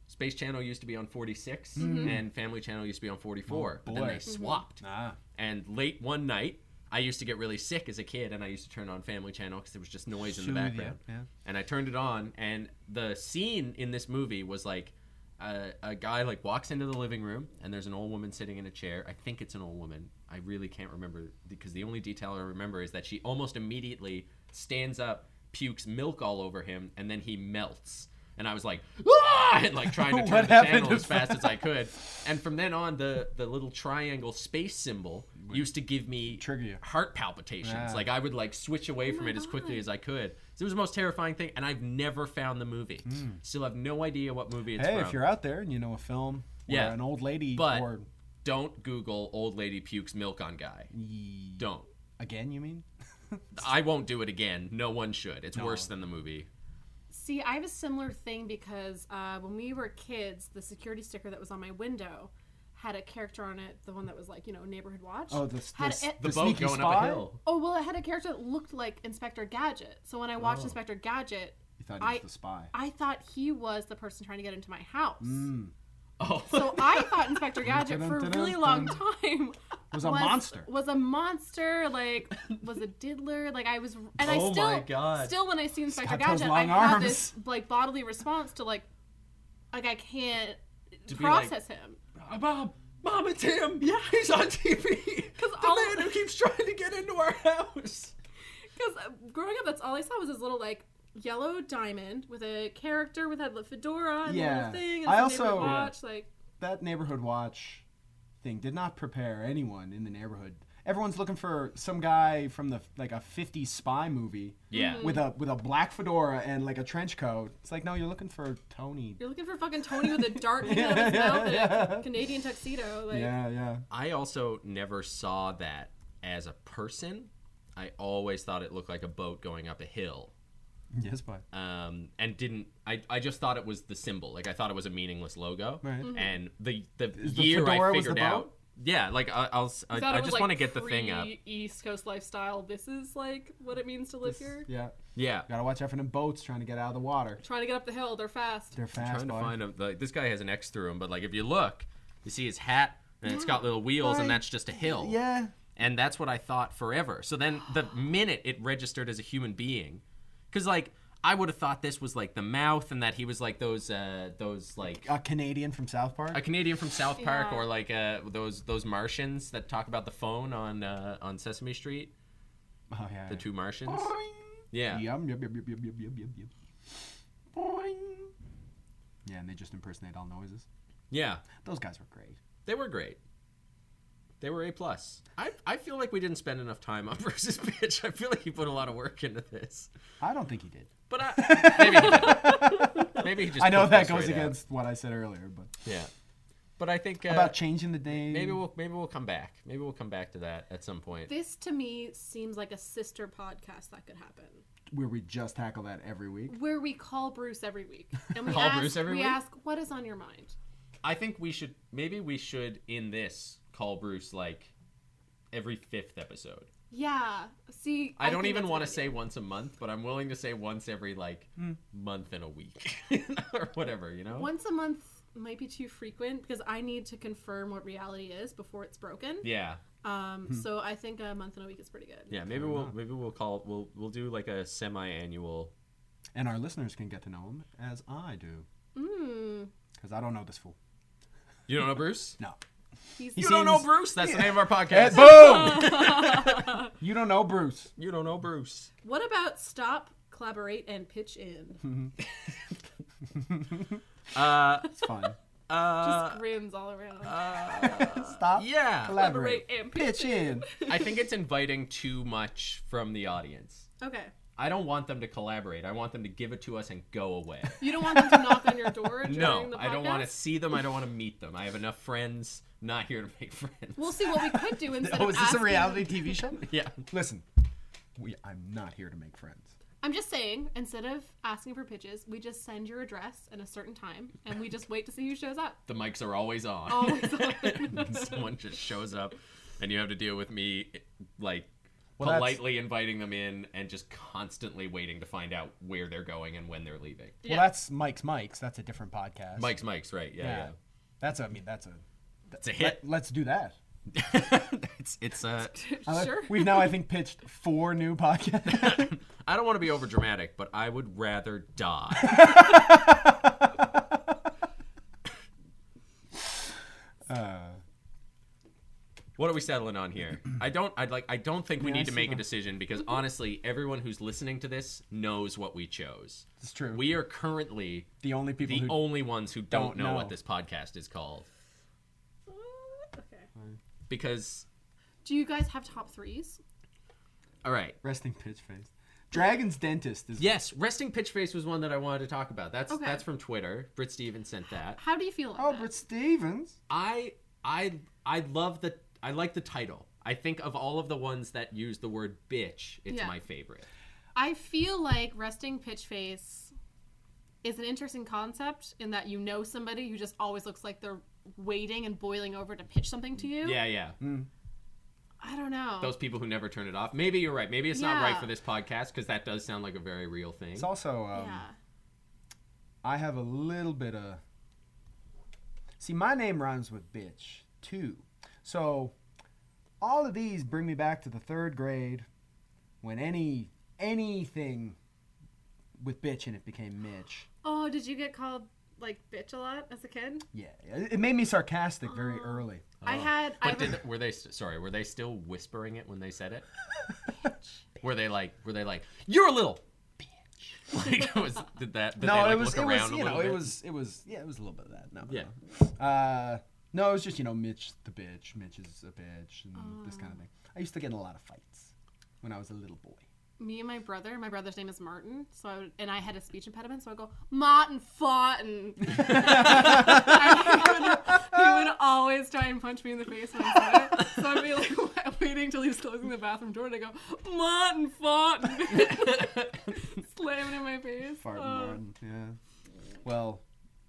S5: Space Channel used to be on 46, and Family Channel used to be on 44. but then
S4: boy.
S5: they swapped.
S4: Ah.
S5: And late one night, I used to get really sick as a kid, and I used to turn on Family Channel because there was just noise in the
S4: Soothe you,
S5: background.
S4: yeah.
S5: And I turned it on, and the scene in this movie was like a, a guy like walks into the living room, and there's an old woman sitting in a chair. I think it's an old woman. I really can't remember because the only detail I remember is that she almost immediately stands up, pukes milk all over him, and then he melts. And I was like, ah! and like trying to turn
S4: What
S5: the channel
S4: happened
S5: as
S4: to
S5: fast as I could. And from then on, the the little triangle space symbol used to give me
S4: Trigger you. Ah.
S5: heart palpitations.
S4: Yeah.
S5: Like I would like switch away from it as quickly as I could. So it was the most terrifying thing, and I've never found the movie. Still have no idea what movie it's
S4: Hmm. Hey,
S5: from.
S4: if you're out there and you know a film where
S5: Yeah.
S4: an old lady
S5: But-
S4: or Hmm.
S5: Don't Google old lady pukes milk on guy. Don't.
S4: again, you mean?
S5: I won't do it again. No one should. It's worse than the movie.
S6: See, I have a similar thing because uh, when we were kids, the security sticker that was on my window had a character on it, the one that was like, you know, neighborhood watch.
S4: Oh, the, the,
S6: had e-
S4: s-
S6: it,
S5: e-, The,
S4: the
S5: boat
S4: sneaky
S5: going up a
S4: spy?
S5: hill.
S6: Oh well, it had a character that looked like Inspector Gadget. So when I
S4: Oh.
S6: watched Inspector Gadget,
S4: You thought he was
S6: I
S4: the spy.
S6: I thought he was the person trying to get into my house.
S4: Mm.
S5: Oh,
S6: So I thought Inspector Gadget for a really long time
S4: Was a monster.
S6: Was a monster, like was a diddler. Like I was, and I
S5: Oh my
S6: still,
S5: God.
S6: still when I see Inspector
S4: got those
S6: Gadget, I
S4: long
S6: had
S4: arms.
S6: this like bodily response to like, like I can't
S5: To be like-
S6: process him.
S5: Mom, Mom, it's him. Yeah, he's on TV. The
S6: all-
S5: man who keeps trying to get into our house.
S6: Because uh, growing up, that's all I saw was this little like yellow diamond with a character with a fedora and a
S4: Yeah.
S6: little thing. And
S4: I
S6: some neighborhood
S4: also-
S6: watch like
S4: that neighborhood watch thing did not prepare anyone in the neighborhood. Everyone's looking for some guy from the like a 50s spy movie.
S5: Yeah. Mhm.
S4: With a with a black fedora and like a trench coat. It's like no, you're looking for Tony.
S6: you're looking for fucking Tony with a dart hanging out of his mouth and a Canadian tuxedo. Like
S4: Yeah, yeah.
S5: I also never saw that as a person. I always thought it looked like a boat going up a hill.
S4: Yes, but
S5: Um, and didn't I, I just thought it was the symbol like i thought it was a meaningless logo
S4: Right.
S6: Mm-hmm.
S4: Mhm.
S5: and the the
S4: the
S5: year
S4: fedora
S5: i
S4: was
S5: figured
S4: the
S5: out
S4: boat?
S5: yeah like i, I'll, si
S6: thought it was,
S5: just
S6: like,
S5: want to get the thing up
S6: pre- East Coast lifestyle. This is like what it means to live here.
S4: yeah.
S5: yeah
S4: Gotta watch out for them boats trying to get out of the water.
S6: Trying to get up the hill, they're fast.
S4: They're fast.
S5: trying to
S4: boy.
S5: find him like this guy has an x through him but like if you look you see his hat and it's got little wheels and
S4: Right.
S5: that's just a hill
S4: yeah.
S5: and that's what I thought forever. So then the minute it registered as a human being, because like I would have thought this was like the mouth and that he was like those uh, those like
S4: A Canadian from South Park.
S5: a Canadian from South Park
S6: Yeah.
S5: or like uh, those those Martians that talk about the phone on uh, on Sesame Street,
S4: oh yeah.
S5: the two Martians.
S4: yeah.
S5: Yeah,
S4: Yum, yum, yum, yum, yum, yum, yum, yum, yum. Boing. Yeah, and they just impersonate all noises.
S5: yeah,
S4: Those guys were great.
S5: they were great. They were a plus. I, I feel like we didn't spend enough time on Bruce's pitch. I feel like he put a lot of work into this,
S4: I don't think he did.
S5: but I, maybe he did. maybe he just.
S4: I know
S5: put
S4: that
S5: this
S4: goes
S5: right out.
S4: against what I said earlier, but
S5: Yeah. But I think uh,
S4: about changing the name.
S5: maybe we'll maybe we'll come back. Maybe we'll come back to that at some point.
S6: This to me seems like a sister podcast that could happen,
S4: where we just tackle that every week.
S6: where we call Bruce every week and we
S5: Call
S6: ask,
S5: Bruce every
S6: we
S5: week?
S6: ask what is on your mind.
S5: I think we should maybe we should in this call Bruce like every fifth episode.
S6: Yeah. See,
S5: I, don't
S6: think
S5: even
S6: that's
S5: want to
S6: a good Hmm.
S5: say
S6: idea.
S5: once a month, but I'm willing to say once every like month and a week or whatever, you know?
S6: once a month might be too frequent because I need to confirm what reality is before it's broken.
S5: yeah.
S6: Um,
S4: Mm-hmm.
S6: so I think a month and a week is pretty good.
S5: Yeah, maybe we'll maybe we'll call we'll we'll do like a semi-annual.
S4: And our listeners can get to know him as I do.
S6: Hmm.
S4: Because I don't know this fool.
S5: You don't know Bruce?
S4: No.
S6: He's,
S4: You
S5: You don't know
S4: Seems-
S5: Bruce? That's the name of our podcast.
S4: boom! you don't know Bruce.
S5: you don't know Bruce.
S6: What about stop, collaborate, and pitch
S4: Hmm.
S6: in?
S5: Uh
S4: It's fun.
S6: Just
S4: Uh,
S6: grins all around.
S4: Stop.
S5: yeah.
S4: Collaborate.
S6: Collaborate and
S4: Pitch in.
S5: I think it's inviting too much from the audience.
S6: Okay.
S5: I don't want them to collaborate. I want them to give it to us and go away.
S6: You don't want them to knock on your door during
S5: no,
S6: the podcast?
S5: I don't want to see them. I don't want to meet them. I have enough friends. I'm not here to make friends.
S6: We'll see what we could do instead
S4: Oh,
S6: of
S4: is this a
S6: asking-
S4: reality TV show?
S5: yeah.
S4: Listen, we, I'm not here to make friends.
S6: I'm just saying, instead of asking for pitches, we just send your address and a certain time, and we just wait to see who shows up.
S5: The mics are always on.
S6: Always
S5: on. Someone just shows up and you have to deal with me like
S4: Well, that's-
S5: politely inviting them in and just constantly waiting to find out where they're going and when they're leaving.
S6: Yeah.
S4: Well, that's Mike's Mike's. That's a different podcast.
S5: Mike's Mike's right. Yeah.
S4: Yeah.
S5: yeah.
S4: That's, a- I mean, that's a.
S5: It's a hit.
S4: Let's do that.
S5: it's it's uh
S4: I-
S6: sure.
S4: We've now, I think, pitched four new podcasts.
S5: I don't want to be over dramatic, but I would rather die. Uh, what are we settling on here? I don't. I'd like. I don't think we
S4: Yeah, I
S5: need to
S4: see
S5: make a
S4: that.
S5: decision because honestly, everyone who's listening to this knows what we chose.
S4: it's true.
S5: We are currently
S4: the only people
S5: the
S4: who
S5: only ones who
S4: don't
S5: don't, know, what
S4: know.
S5: this podcast is called
S6: Okay.
S5: because.
S6: Do you guys have top threes?
S5: All right.
S4: resting pitch face. Dragon's dentist is
S5: Yes, resting pitch face was one that I wanted to talk about. That's
S6: Okay.
S5: that's from Twitter. Britt Stevens sent that.
S4: Oh,
S6: How do you feel? about
S4: Albert
S6: that?
S4: Stevens.
S5: I I I love the I like the title. I think of all of the ones that use the word bitch, it's
S6: Yeah.
S5: my favorite.
S6: I feel like resting pitch face is an interesting concept in that you know somebody who just always looks like they're waiting and boiling over to pitch something to you.
S5: Yeah, yeah.
S6: I don't know.
S5: Those people who never turn it off. Maybe you're right. Maybe it's not
S6: Yeah.
S5: right for this podcast because that does sound like a very real thing.
S4: It's also um,
S6: yeah.
S4: I have a little bit of. See, my name rhymes with bitch too, so all of these bring me back to the third grade when any anything with bitch in it became Mitch.
S6: Oh, did you get called like bitch a lot as a kid?
S4: Yeah, it it made me sarcastic very early.
S6: I had. I
S5: Oh. But
S6: was,
S5: did, were they st- sorry? Were they still whispering it when they said it? were they like? Were they like? You're a little bitch. Like was did that? Did they,
S4: no,
S5: like,
S4: it was
S5: Look
S4: it was
S5: around
S4: you
S5: a
S4: know
S5: little
S4: it
S5: bit?
S4: was it was yeah it was a little bit of that. No,
S5: Yeah.
S4: no. Uh, no, it was just you know Mitch the bitch, Mitch is a bitch, and this kind of thing. I used to get in a lot of fights when I was a little boy.
S6: me and my brother. My brother's name is Martin. So I would, and I had a speech impediment. So I would go Martin Fartin. he would always try and punch me in the face when I said it. So I'd be like waiting till he was closing the bathroom door to go Martin Fartin, slamming in my face.
S4: Farting
S6: Oh.
S4: Martin, yeah. Well,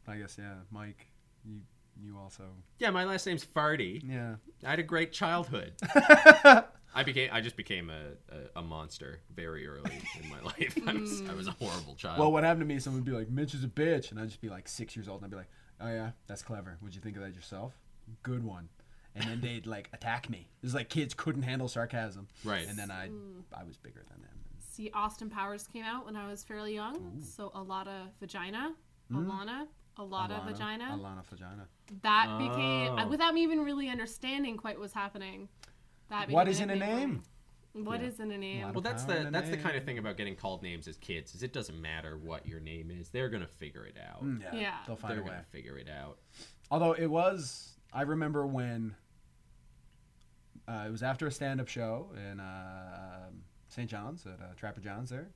S4: I guess yeah, Mike, you you also
S5: Yeah, my last name's Farty.
S4: yeah.
S5: I had a great childhood. I became. I just became a, a, a monster very early in my life. I was, I was a horrible child.
S4: Well, what happened to me? is Someone would be like, "Mitch is a bitch," and I'd just be like six years old, and I'd be like, "Oh yeah, that's clever. Would you think of that yourself? Good one." And then they'd like attack me. It was like kids couldn't handle sarcasm.
S5: Right.
S4: And then I
S6: Hmm.
S4: I was bigger than them.
S6: See, Austin Powers came out when I was fairly young. So a lot of vagina, Alana, a lot of vagina.
S4: Hmm? Alana Oh. vagina.
S6: that became I- without me even really understanding quite what was happening. That
S4: What
S6: became
S4: is in a name?
S6: for me. What is in a name?
S5: Well, that's
S4: Power
S5: the
S4: in
S5: that's the
S4: a
S5: kind of thing about getting called names as kids is it doesn't matter what your name is. They're gonna figure it out.
S6: Yeah.
S4: They'll Hmm, find
S5: They're
S4: a way.
S5: gonna figure it out.
S4: Although it was, I remember when uh, it was after a stand-up show in uh, um, St. John's at uh, Trapper John's there.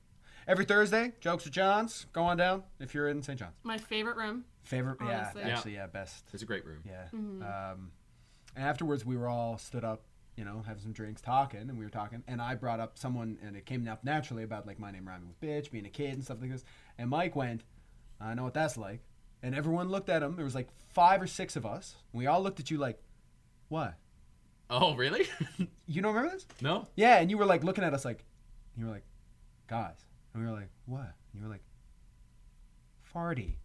S4: Every Thursday, jokes with John's. Go on down if you're in St. John's.
S6: My favorite room.
S4: Favorite,
S6: Honestly.
S4: yeah,
S6: Yeah.
S4: actually, yeah, best.
S5: It's a great room.
S4: Yeah. Um, and afterwards, we were all stood up, you know, having some drinks, talking, and we were talking. And I brought up someone, and it came up naturally about like my name rhyming with bitch, being a kid, and stuff like this. And Mike went, "I know what that's like." And everyone looked at him. There was like five or six of us. And we all looked at you like, "What?
S5: Oh, really?
S4: You don't remember this?"
S5: no.
S4: Yeah. And you were like looking at us like, and you were like, "Guys," and we were like, "What?" And you were like, "Farty."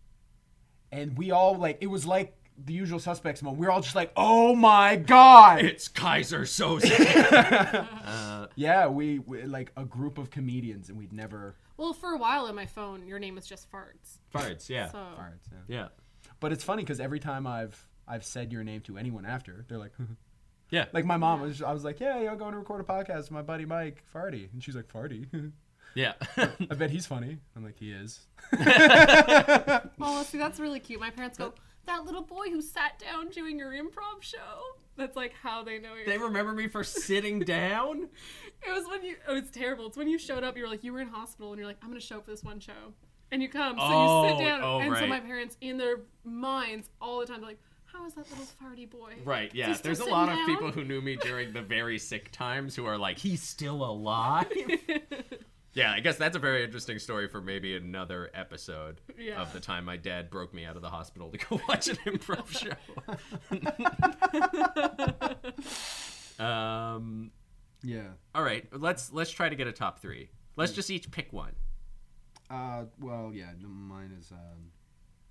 S4: And we all like it was like the usual suspects moment. We were all just like, "Oh my god!"
S5: It's Kaiser Soze. Uh,
S4: Yeah, we, we like a group of comedians, and we'd never.
S6: Well, for a while on my phone, your name was just farts.
S5: Farts, yeah.
S6: So
S4: Alright, so-
S5: Yeah.
S4: But it's funny because every time I've I've said your name to anyone after, they're like,
S5: Yeah.
S4: like my mom was. I was like, yeah, yeah, I'm going to record a podcast with my buddy Mike Farty, and she's like, Farty.
S5: yeah.
S4: I bet he's funny. I'm like, he is.
S6: Oh, see, that's really cute. My parents go, that little boy who sat down doing your improv show. That's like how they know you.
S5: they remember me for sitting down?
S6: It was when you. Oh, it's terrible. It's when you showed up. You were like, you were in hospital, and you're like, I'm gonna show up for this one show, and you come. So you
S5: Oh,
S6: sit down,
S5: oh,
S6: and so
S5: right.
S6: my parents, in their minds, all the time, they're like, how is that little farty boy?
S5: Right, yeah.
S6: He's still
S5: There's a
S6: sitting
S5: lot of
S6: down?
S5: people who knew me during the very sick times who are like, he's still alive. yeah, I guess that's a very interesting story for maybe another episode
S6: Yeah.
S5: of the time my dad broke me out of the hospital to go watch an improv show. um,
S4: Yeah.
S5: all right, let's let's try to get a top three.
S4: Hmm.
S5: Let's just each pick one.
S4: Uh, well, yeah. no, Mine is um,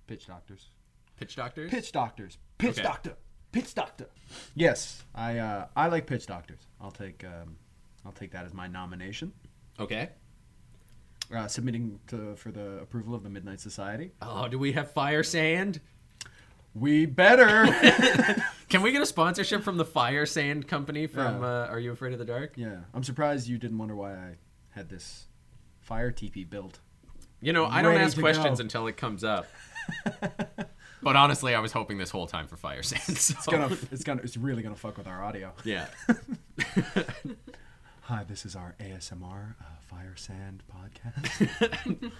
S4: pitch doctors.
S5: Pitch doctors.
S4: Pitch doctors. Pitch
S5: Okay.
S4: doctor. Pitch doctor. Yes, I uh, I like pitch doctors. I'll take um, I'll take that as my nomination.
S5: Okay.
S4: Uh, submitting to, for the approval of the Midnight Society.
S5: Oh, do we have fire sand?
S4: We better.
S5: Can we get a sponsorship from the Fire Sand Company from uh, Are You Afraid of the Dark?
S4: yeah, I'm surprised you didn't wonder why I had this fire teepee built.
S5: You know, I don't
S4: Ready
S5: ask
S4: to
S5: questions
S4: go.
S5: until it comes up. but honestly, I was hoping this whole time for Fire Sand. So.
S4: It's gonna, it's gonna, it's really gonna fuck with our audio.
S5: Yeah.
S4: Hi, this is our ASMR uh, Fire Sand podcast,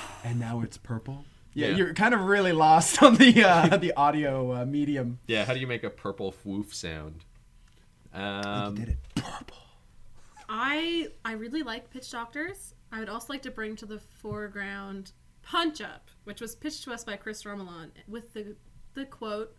S4: and now it's purple. Yeah,
S5: Yeah.
S4: you're kind of really lost on the uh, the audio uh, medium.
S5: Yeah, how do you make a purple woof sound? Uh, Um,
S4: Did it purple?
S6: I I really like Pitch Doctors. I would also like to bring to the foreground Punch Up, which was pitched to us by Chris Romelon with the the quote,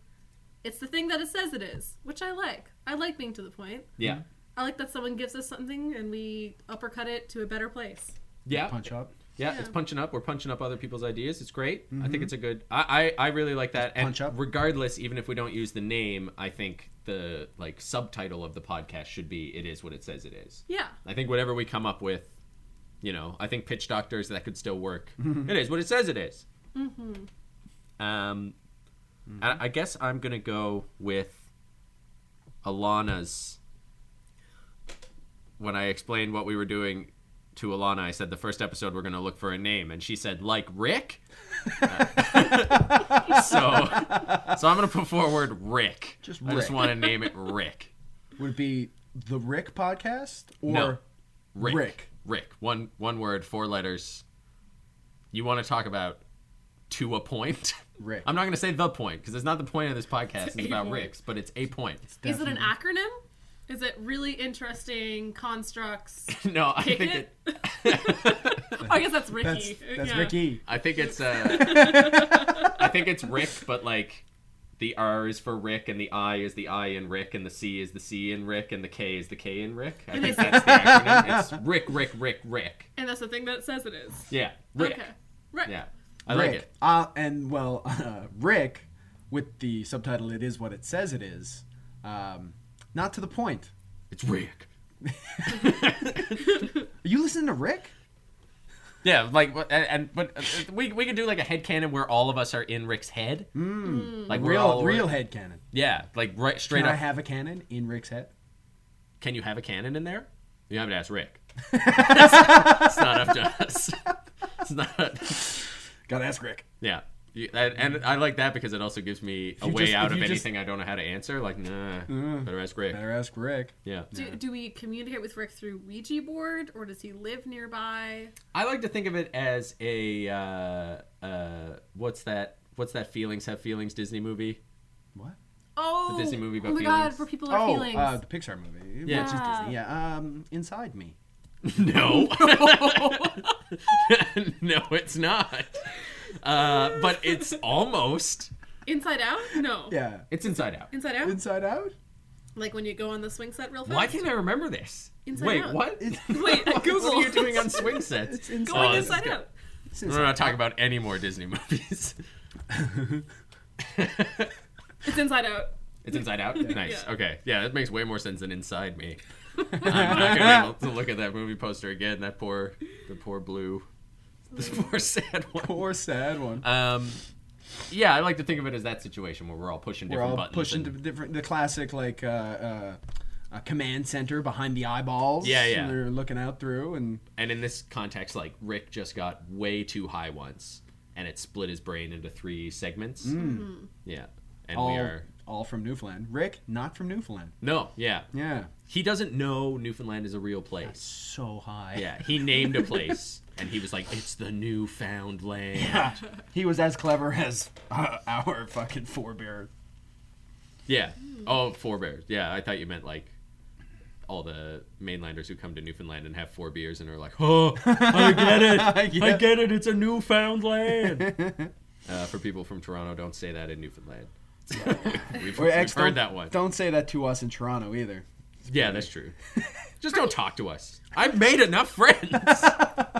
S6: "It's the thing that it says it is," which I like. I like being to the point.
S5: yeah.
S6: I like that someone gives us something and we uppercut it to a better place.
S5: Yeah.
S4: Punch up.
S5: Yeah,
S6: Yeah.
S5: it's punching up. We're punching up other people's ideas. It's great. I think it's a good. I, I, I really like that. And
S4: Mm-hmm. punch up.
S5: regardless, even if we don't use the name, I think the like subtitle of the podcast should be "It is what it says it is."
S6: Yeah.
S5: I think whatever we come up with, you know, I think pitch doctors that could still work.
S4: Mm-hmm.
S5: it is what it says it is. Um,
S4: Mm-hmm.
S5: I, I guess I'm gonna go with Alana's. When I explained what we were doing to Alana, I said the first episode we're gonna look for a name, and she said like Rick. Uh, so, so I'm gonna put forward Rick.
S4: Just
S5: I just
S4: Rick.
S5: want to name it Rick.
S4: Would it be the Rick podcast or
S5: No. Rick.
S4: Rick.
S5: Rick. One one word, four letters. You want to talk about to a point?
S4: Rick?
S5: I'm not going to say the point because it's not the point of this podcast. It's,
S6: a
S5: about
S6: point.
S5: Rick's, but it's a point.
S6: Is it an acronym? Is it really interesting constructs?
S5: no, I
S6: Kick
S5: think
S6: it?
S5: it.
S6: I guess that's Ricky.
S4: That's that's
S6: Yeah.
S4: Ricky.
S5: I think it's. Uh, I think it's Rick, but like, the R is for Rick, and the I is the I in Rick, and the C is the C in Rick, and the K is the K in Rick. I think that's the acronym. It's Rick, Rick, Rick, Rick.
S6: And that's the thing that it says it is.
S5: Yeah, Rick.
S6: Okay. Rick.
S5: Yeah, I
S4: Rick.
S5: like it.
S4: Uh, and well, uh, Rick, with the subtitle "It is what it says it is," um, not to the point.
S5: It's Rick.
S4: Are you listening to Rick?
S5: Yeah, like what- and, and but uh, we we could do like a head cannon where all of us are in Rick's head. Like we're
S4: Real,
S5: all
S4: real head cannon.
S5: Yeah, like right straight
S4: Can
S5: up.
S4: I have a cannon in Rick's head?
S5: Can you have a cannon in there? You have to ask Rick. it's not up to us. It's not.
S4: Gotta ask Rick.
S5: Yeah. You- And, and I like that because it also gives me a
S4: you
S5: way
S4: just-
S5: out
S4: if
S5: of
S4: you just- Mm.
S5: anything I don't know how to answer. Like, nah, better ask Rick.
S4: Better ask Rick.
S5: Yeah.
S6: Do, do we communicate with Rick through Ouija board, or does he live nearby?
S5: I like to think of it as a uh, uh, what's that? What's that? Feelings have feelings. Disney movie.
S4: What?
S6: Oh,
S5: Disney movie about
S6: oh my god,
S5: feelings.
S6: where people are
S4: Oh,
S6: feelings.
S4: uh, the Pixar movie.
S5: Yeah.
S4: Which is Disney. Yeah. Um, Inside Me.
S5: No. no, it's not. Uh, but it's almost.
S6: Inside Out? No.
S4: Yeah.
S5: It's Inside Out.
S6: Inside Out?
S4: Inside Out.
S6: like when you go on the swing set real fast?
S5: Why can't I remember this?
S6: Inside
S5: Wait,
S6: Out.
S5: what?
S4: It's,
S6: Wait, I
S5: What
S6: Google.
S5: are you doing on swing sets?
S4: it's inside.
S6: Going
S5: Oh, this is
S6: Inside
S5: good.
S6: Out.
S4: it's
S5: We're
S4: inside.
S5: not talking about any more Disney movies.
S6: It's Inside Out.
S5: it's Inside Out? Nice.
S6: Yeah.
S5: Okay. Yeah, that makes way more sense than Inside Me. I'm not going to be able to look at that movie poster again. That poor, the poor blue, this poor sad one.
S4: Poor sad one.
S5: Um, yeah, I like to think of it as that situation where we're all pushing
S4: We're
S5: different
S4: all
S5: buttons.
S4: pushing
S5: and-
S4: to different the classic like uh, uh, uh, command center behind the eyeballs.
S5: Yeah, yeah.
S4: And they're looking out through, and
S5: and in this context, like Rick just got way too high once, and it split his brain into three segments. Yeah, and
S4: all
S5: we are
S4: all from Newfoundland. Rick, not from Newfoundland.
S5: no, yeah.
S4: Yeah,
S5: He doesn't know Newfoundland is a real place.
S4: so high.
S5: Yeah, he named a place, and he was like, "It's the newfound land." Yeah,
S4: he was as clever as uh, our fucking forebear.
S5: Oh, forebears. Yeah, I thought you meant like all the mainlanders who come to Newfoundland and have four beers and are like, "Oh, I get it." I
S4: Yeah.
S5: get it. It's a newfound land. uh, for people from Toronto, don't say that in Newfoundland. we've
S4: Or
S5: we've
S4: ex-
S5: heard
S4: don't-
S5: that one.
S4: Don't say that to us in Toronto either.
S5: Yeah, that's true. Just don't talk to us. I've made enough friends.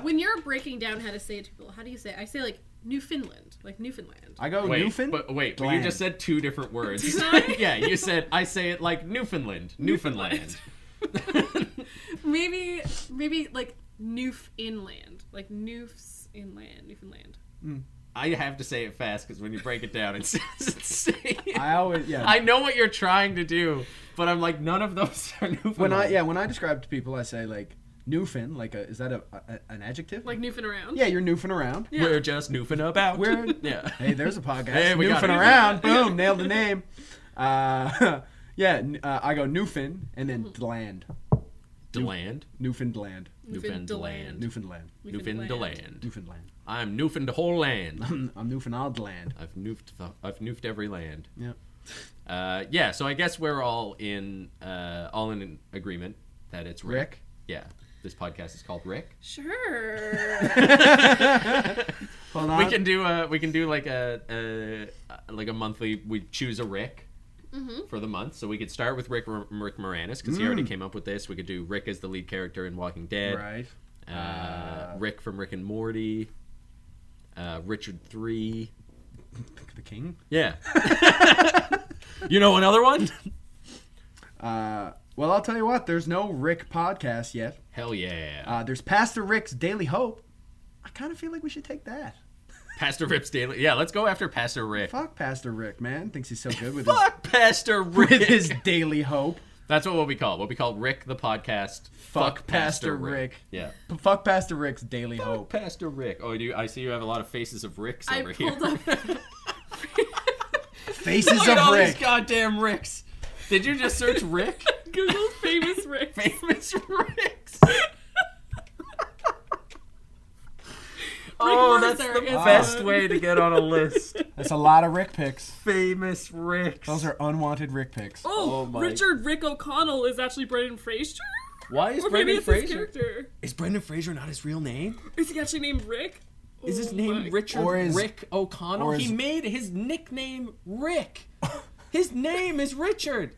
S6: When you're breaking down how to say it to people, how do you say it? I say like Newfoundland. Like Newfoundland.
S4: I go
S5: wait,
S4: Newfin.
S5: but wait, but you
S4: Land.
S5: just said two different words.
S6: Did I?
S5: yeah, you said I say it like Newfoundland, Newfoundland.
S6: Maybe, maybe like Newf Inland. Like Newf's Inland. Newfoundland.
S5: I have to say it fast because when you break it down, it sounds insane.
S4: I always yeah.
S5: I know what you're trying to do, but I'm like none of those are Newfoundland.
S4: when I yeah when I describe to people, I say like Newfin. Like a, is that a, a an adjective?
S6: Like Newfin around.
S4: yeah, you're Newfin around.
S5: we're just Newfin about.
S4: We're-
S5: yeah.
S4: Hey, there's a podcast.
S5: Hey, we got
S4: Newfin
S5: it.
S4: around. Boom, nailed the name. Uh, yeah, n- uh, I go Newfin and then Dland.
S5: Deland.
S4: Newfoundland.
S6: Newfoundland.
S4: Newfoundland.
S5: Newfoundland.
S4: Newfoundland.
S5: I'm Newfin the whole land.
S4: I'm Newfoundland.
S5: I've noofed the, I've noofed every land.
S4: Yeah.
S5: Uh, yeah, so I guess we're all in uh, all in agreement that it's Rick.
S4: Rick?
S5: Yeah, this podcast is called Rick.
S6: Sure.
S4: Hold on.
S5: we can do a, we can do like a, a like a monthly. We choose a Rick for the month, so we could start with Rick R- Rick Moranis because he
S4: Mm.
S5: already came up with this. We could do Rick as the lead character in Walking Dead.
S4: right.
S5: Uh, Rick from Rick and Morty. Uh, Richard Three.
S4: The king.
S5: Yeah. you know another one?
S4: Uh, well, I'll tell you what. There's no Rick podcast yet.
S5: Hell yeah.
S4: Uh, there's Pastor Rick's Daily Hope. I kind of feel like we should take that.
S5: Pastor Rips Daily. Yeah, let's go after Pastor Rick.
S4: Fuck Pastor Rick, man. Thinks he's so good with his,
S5: Fuck Pastor
S4: with
S5: Rick.
S4: his Daily Hope.
S5: That's what we'll be called. We'll be called Rick the podcast.
S4: Fuck Pastor Rick.
S5: Yeah.
S4: P- Fuck Pastor Rick's Daily Hope.
S5: Pastor Rick. Oh, do I see you have a lot of faces of Ricks
S6: I
S5: over here.
S6: pulled up.
S4: Faces
S5: Look at
S4: of
S5: all
S4: Rick.
S5: these goddamn Ricks. Did you just search Rick?
S6: Google famous Rick.
S5: Famous Ricks.
S6: Rick
S5: oh, that's
S6: Mercer
S5: the
S6: is uh,
S5: best
S6: on.
S5: way to get on a list.
S4: That's a lot of Rick picks.
S5: Famous Ricks.
S4: Those are unwanted Rick picks.
S5: Oh
S6: Oh,
S5: my-
S6: Richard Rick O'Connell is actually Brendan Fraser.
S5: Why is
S6: Or maybe
S5: Brendan
S6: it's his
S5: Fraser?
S6: character.
S5: Is Brendan Fraser not his real name?
S6: Is he actually named Rick?
S5: Is his
S6: Oh
S5: name
S6: my-
S5: Richard
S4: Or is-
S5: Rick O'Connell?
S4: or is-
S5: he made his nickname Rick. his name is Richard.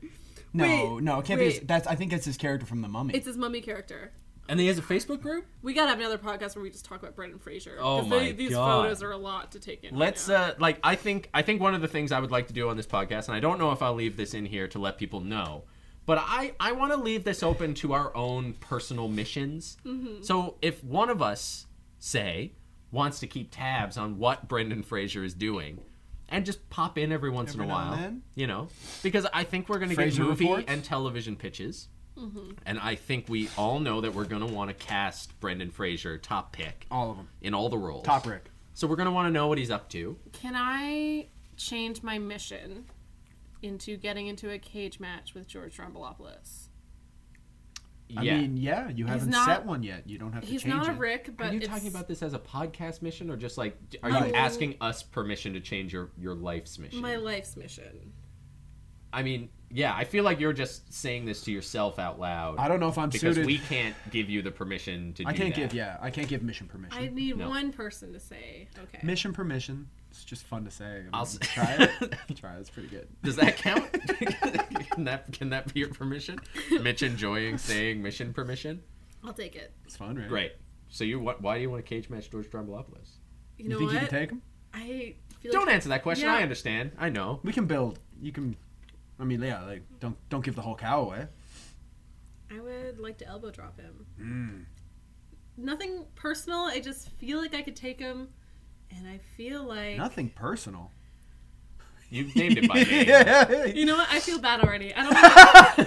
S4: No,
S5: wait,
S4: no, it can't be. His,
S5: wait.
S4: that's I think that's his character from The Mummy.
S6: It's his mummy character.
S5: And he has a Facebook group?
S6: We gotta have another podcast where we just talk about Brendan Fraser.
S5: Oh
S6: 'cause
S5: my
S6: These
S5: God.
S6: photos are a lot to take in. right
S5: Let's
S6: now.
S5: uh like I think I think one of the things I would like to do on this podcast and I don't know if I'll leave this in here to let people know, but I I want to leave this open to our own personal missions. So if one of us say wants to keep tabs on what Brendan Fraser is doing and just pop in every once
S4: Every
S5: in
S4: now
S5: a while,
S4: and then.
S5: you know, because I think we're going to get
S4: Fraser
S5: movie
S4: reports.
S5: and television pitches. And I think we all know that we're going to want to cast Brendan Fraser top pick
S4: all of them.
S5: in all the roles.
S4: Top Rick.
S5: So we're going to want to know what he's up to.
S6: Can I change my mission into getting into a cage match with George Drombolopoulos?
S4: I
S5: yeah.
S4: mean, yeah, you haven't
S6: not-
S4: set one yet. You don't have to
S6: He's
S4: change
S6: not a
S4: it.
S6: Rick, but
S5: are you
S6: it's,
S5: talking about this as a podcast mission or just like d- are you
S6: No.
S5: asking us permission to change your, your life's mission?
S6: my life's mission.
S5: I mean, yeah, I feel like you're just saying this to yourself out loud.
S4: I don't know if I'm
S5: because
S4: suited.
S5: we can't give you the permission to do
S4: I can't
S5: that.
S4: give. Yeah, I can't give mission permission.
S6: I need
S5: No.
S6: one person to say okay.
S4: Mission permission. It's just fun to say. I mean,
S5: I'll s-
S4: try it. try it. It's pretty good.
S5: Does that count? can that can that be your permission? Mitch enjoying saying mission permission?
S6: I'll take it.
S4: It's fun, right?
S5: Great. So you what why do you want to cage match George Drombolopoulos?
S6: You,
S4: You,
S6: know
S4: think
S6: what?
S4: you can take him?
S6: I feel
S5: Don't
S6: like
S5: answer that question.
S6: Yeah.
S5: I understand. I know.
S4: We can build. You can. I mean, yeah. Like, don't don't give the whole cow away.
S6: I would like to elbow drop him.
S4: Hmm.
S6: Nothing personal. I just feel like I could take him, and I feel like
S4: Nothing personal.
S5: You named it by name.
S6: You know what? I feel bad already. I don't.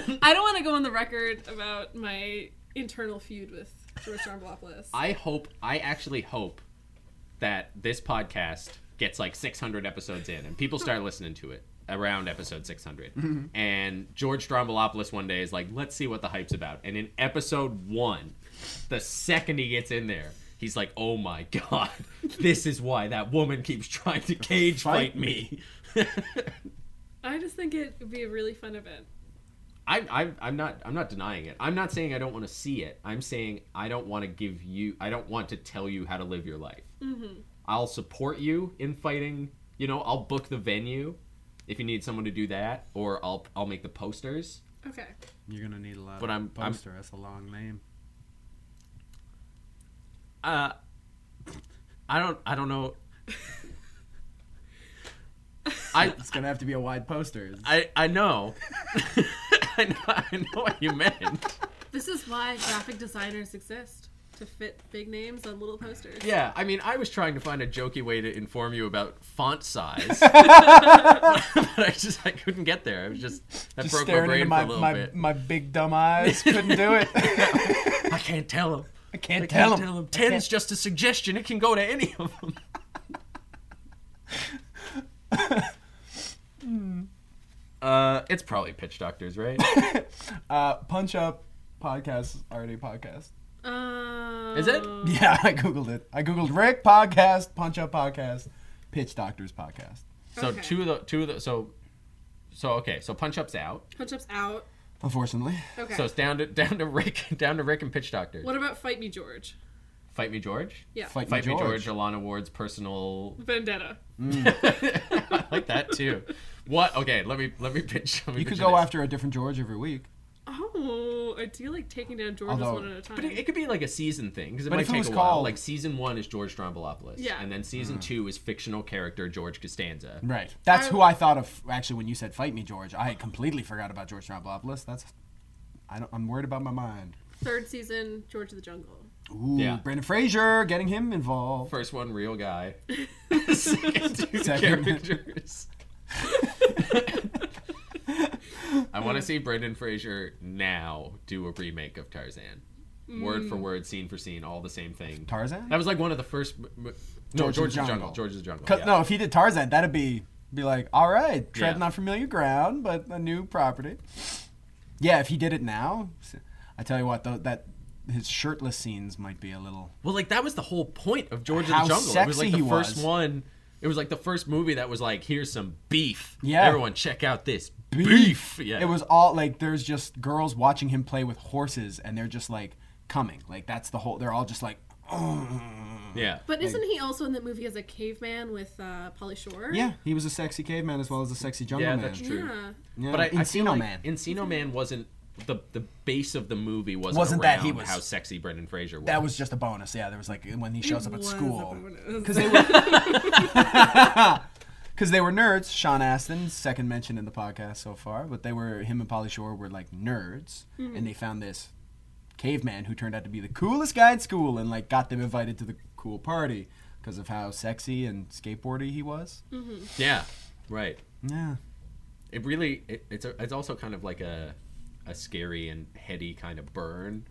S6: Wanna, I don't want to go on the record about my internal feud with George Strombolopoulos.
S5: I hope I actually hope that this podcast gets like 600 episodes in and people start listening to it around episode 600. And George Strombolopoulos one day is like, "Let's see what the hype's about." And in episode 1, the second he gets in there, he's like, "Oh my god. This is why that woman keeps trying to cage
S4: Fight
S5: fight me."
S6: I just think it would be a really fun event.
S5: I, I, I'm not. I'm not denying it. I'm not saying I don't want to see it. I'm saying I don't want to give you. I don't want to tell you how to live your life.
S4: Mm-hmm.
S5: I'll support you in fighting. You know, I'll book the venue if you need someone to do that, or I'll I'll make the posters.
S6: Okay.
S4: You're gonna need a lot.
S5: But
S4: of
S5: I'm- I'm-
S4: poster. That's a long name.
S5: Uh, I don't. I don't know. I
S4: It's gonna have to be a wide poster.
S5: I I know. I know. I know what you meant.
S6: This is why graphic designers exist to fit big names on little posters.
S5: Yeah, I mean, I was trying to find a jokey way to inform you about font size, but I just I couldn't get there. I was just that
S4: Just
S5: broke my
S4: staring into
S5: brain
S4: my
S5: for a little
S4: my,
S5: bit.
S4: my big dumb eyes. Couldn't do it.
S5: I can't tell him.
S4: I can't
S5: I
S4: tell
S5: can't
S4: him.
S5: tell him. Ten's just a suggestion. It can go to any of them.
S4: Hmm.
S5: Uh, it's probably Pitch Doctors, right?
S4: Uh, punch up podcast is already a podcast.
S6: Um,
S5: Is it?
S4: Yeah, I googled it. I googled Rick podcast, punch up podcast, pitch doctors podcast.
S5: So
S6: Okay.
S5: two of the two of the so So okay, so punch up's out.
S6: Punch up's out.
S4: Unfortunately.
S6: Okay.
S5: So it's down to down to Rick down to Rick and Pitch Doctor.
S6: what about Fight Me George?
S5: Fight me George.
S6: Yeah.
S4: Fight,
S5: Fight
S4: me, George.
S5: Alana Ward's personal.
S6: Vendetta.
S5: I like that too. What? Okay, let me let me pitch. Let me
S4: You could
S5: pitch
S4: go
S5: this.
S4: after a different George every week.
S6: Oh, I do like taking down Georges
S4: Although-
S6: one at a time.
S5: But it, it could be like a season thing because it
S4: But
S5: might
S4: if it
S5: take
S4: was
S5: a while.
S4: called- Hmm.
S5: Like season one is George Strombolopoulos,
S6: Yeah.
S5: and then season two is fictional character George Costanza.
S4: Right. That's
S6: I-
S4: who I thought of actually when you said "fight me, George." I completely forgot about George Strombolopoulos. That's I don't. I'm worried about my mind.
S6: Third season, George of the Jungle.
S4: Ooh,
S5: Yeah.
S4: Brandon Fraser, getting him involved.
S5: First one, real guy. Second two
S4: Second-
S5: characters. I want to see Brendan Fraser now do a remake of Tarzan, word for word, scene for scene, all the same thing.
S4: Tarzan?
S5: That was like one of the first. m- m- No,
S4: George
S5: George,
S4: of the
S5: of the Jungle.
S4: Jungle.
S5: George of the Jungle.
S4: 'Cause-
S5: yeah.
S4: No, if he did Tarzan, that'd be be like, all right, treading
S5: Yeah.
S4: on familiar ground, but a new property. Yeah, if he did it now, s- I tell you what, though, that his shirtless scenes might be a little.
S5: Well, like that was the whole point of George of the
S4: How
S5: Jungle. it was
S4: sexy
S5: like the
S4: he
S5: first
S4: was.
S5: one. It was like the first movie that was like, here's some beef.
S4: Yeah.
S5: Everyone check out this beef. Yeah.
S4: It was all like there's just girls watching him play with horses, and they're just like coming. Like that's the whole. They're all just like. "Oh."
S5: Yeah.
S6: But isn't he also in that movie as a caveman with uh, Polly Shore?
S4: Yeah, he was a sexy caveman as well as a sexy jungle
S5: Yeah,
S4: man.
S5: that's true.
S6: Yeah.
S4: Yeah.
S5: But I, I feel
S4: Encino
S5: like
S4: Man.
S5: Encino Man wasn't the the base of the movie wasn't,
S4: Wasn't
S5: around
S4: that he was-
S5: how sexy Brendan Fraser was.
S4: that was just a bonus. Yeah, there was like when he shows up at
S6: Was
S4: school.
S6: a bonus.
S4: Because they were. Because they were nerds, Sean Astin, second mention in the podcast so far, but they were him and Polly Shore were like nerds, and they found this caveman who turned out to be the coolest guy at school, and like got them invited to the cool party because of how sexy and skateboardy he was.
S5: yeah, right.
S4: Yeah,
S5: It really it, it's a, it's also kind of like a a scary and heady kind of burn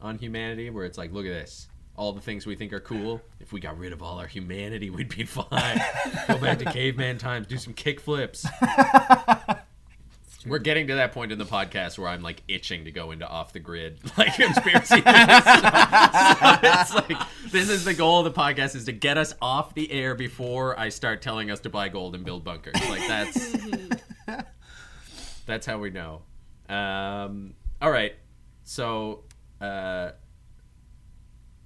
S5: on humanity where it's like, look at this. All the things we think are cool. If we got rid of all our humanity, we'd be fine. Go back to caveman times. Do some kickflips. We're getting to that point in the podcast where I'm like itching to go into off the grid, like conspiracy theories. it's like this is the goal of the podcast is to get us off the air before I start telling us to buy gold and build bunkers. Like that's that's how we know. Um, all right, so uh,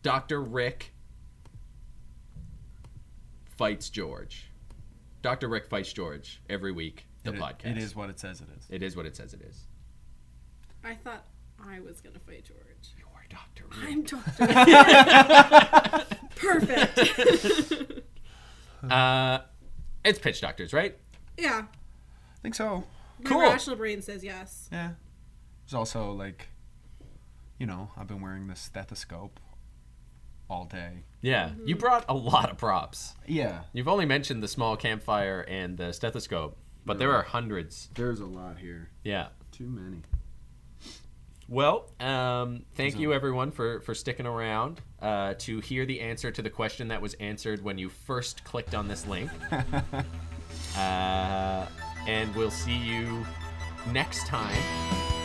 S5: Doctor Rick fights George. Doctor Rick fights George every week. The
S4: It-
S5: podcast.
S4: It is what it says it is.
S5: It is what it says it is.
S6: I thought I was gonna fight George.
S5: You are Doctor
S6: I'm Doctor. Perfect.
S5: Uh, it's pitch doctors, right?
S6: Yeah.
S4: I think so.
S6: My
S5: Cool.
S6: rational brain says yes.
S4: Yeah. There's also like, you know, I've been wearing this stethoscope all day.
S5: Yeah. Mm-hmm. You brought a lot of props.
S4: Yeah,
S5: You've only mentioned the small campfire and the stethoscope, but there are hundreds.
S4: there's a lot here.
S5: Yeah.
S4: Too many.
S5: Well, um, thank you everyone for for sticking around uh, to hear the answer to the question that was answered when you first clicked on this link. uh, and we'll see you next time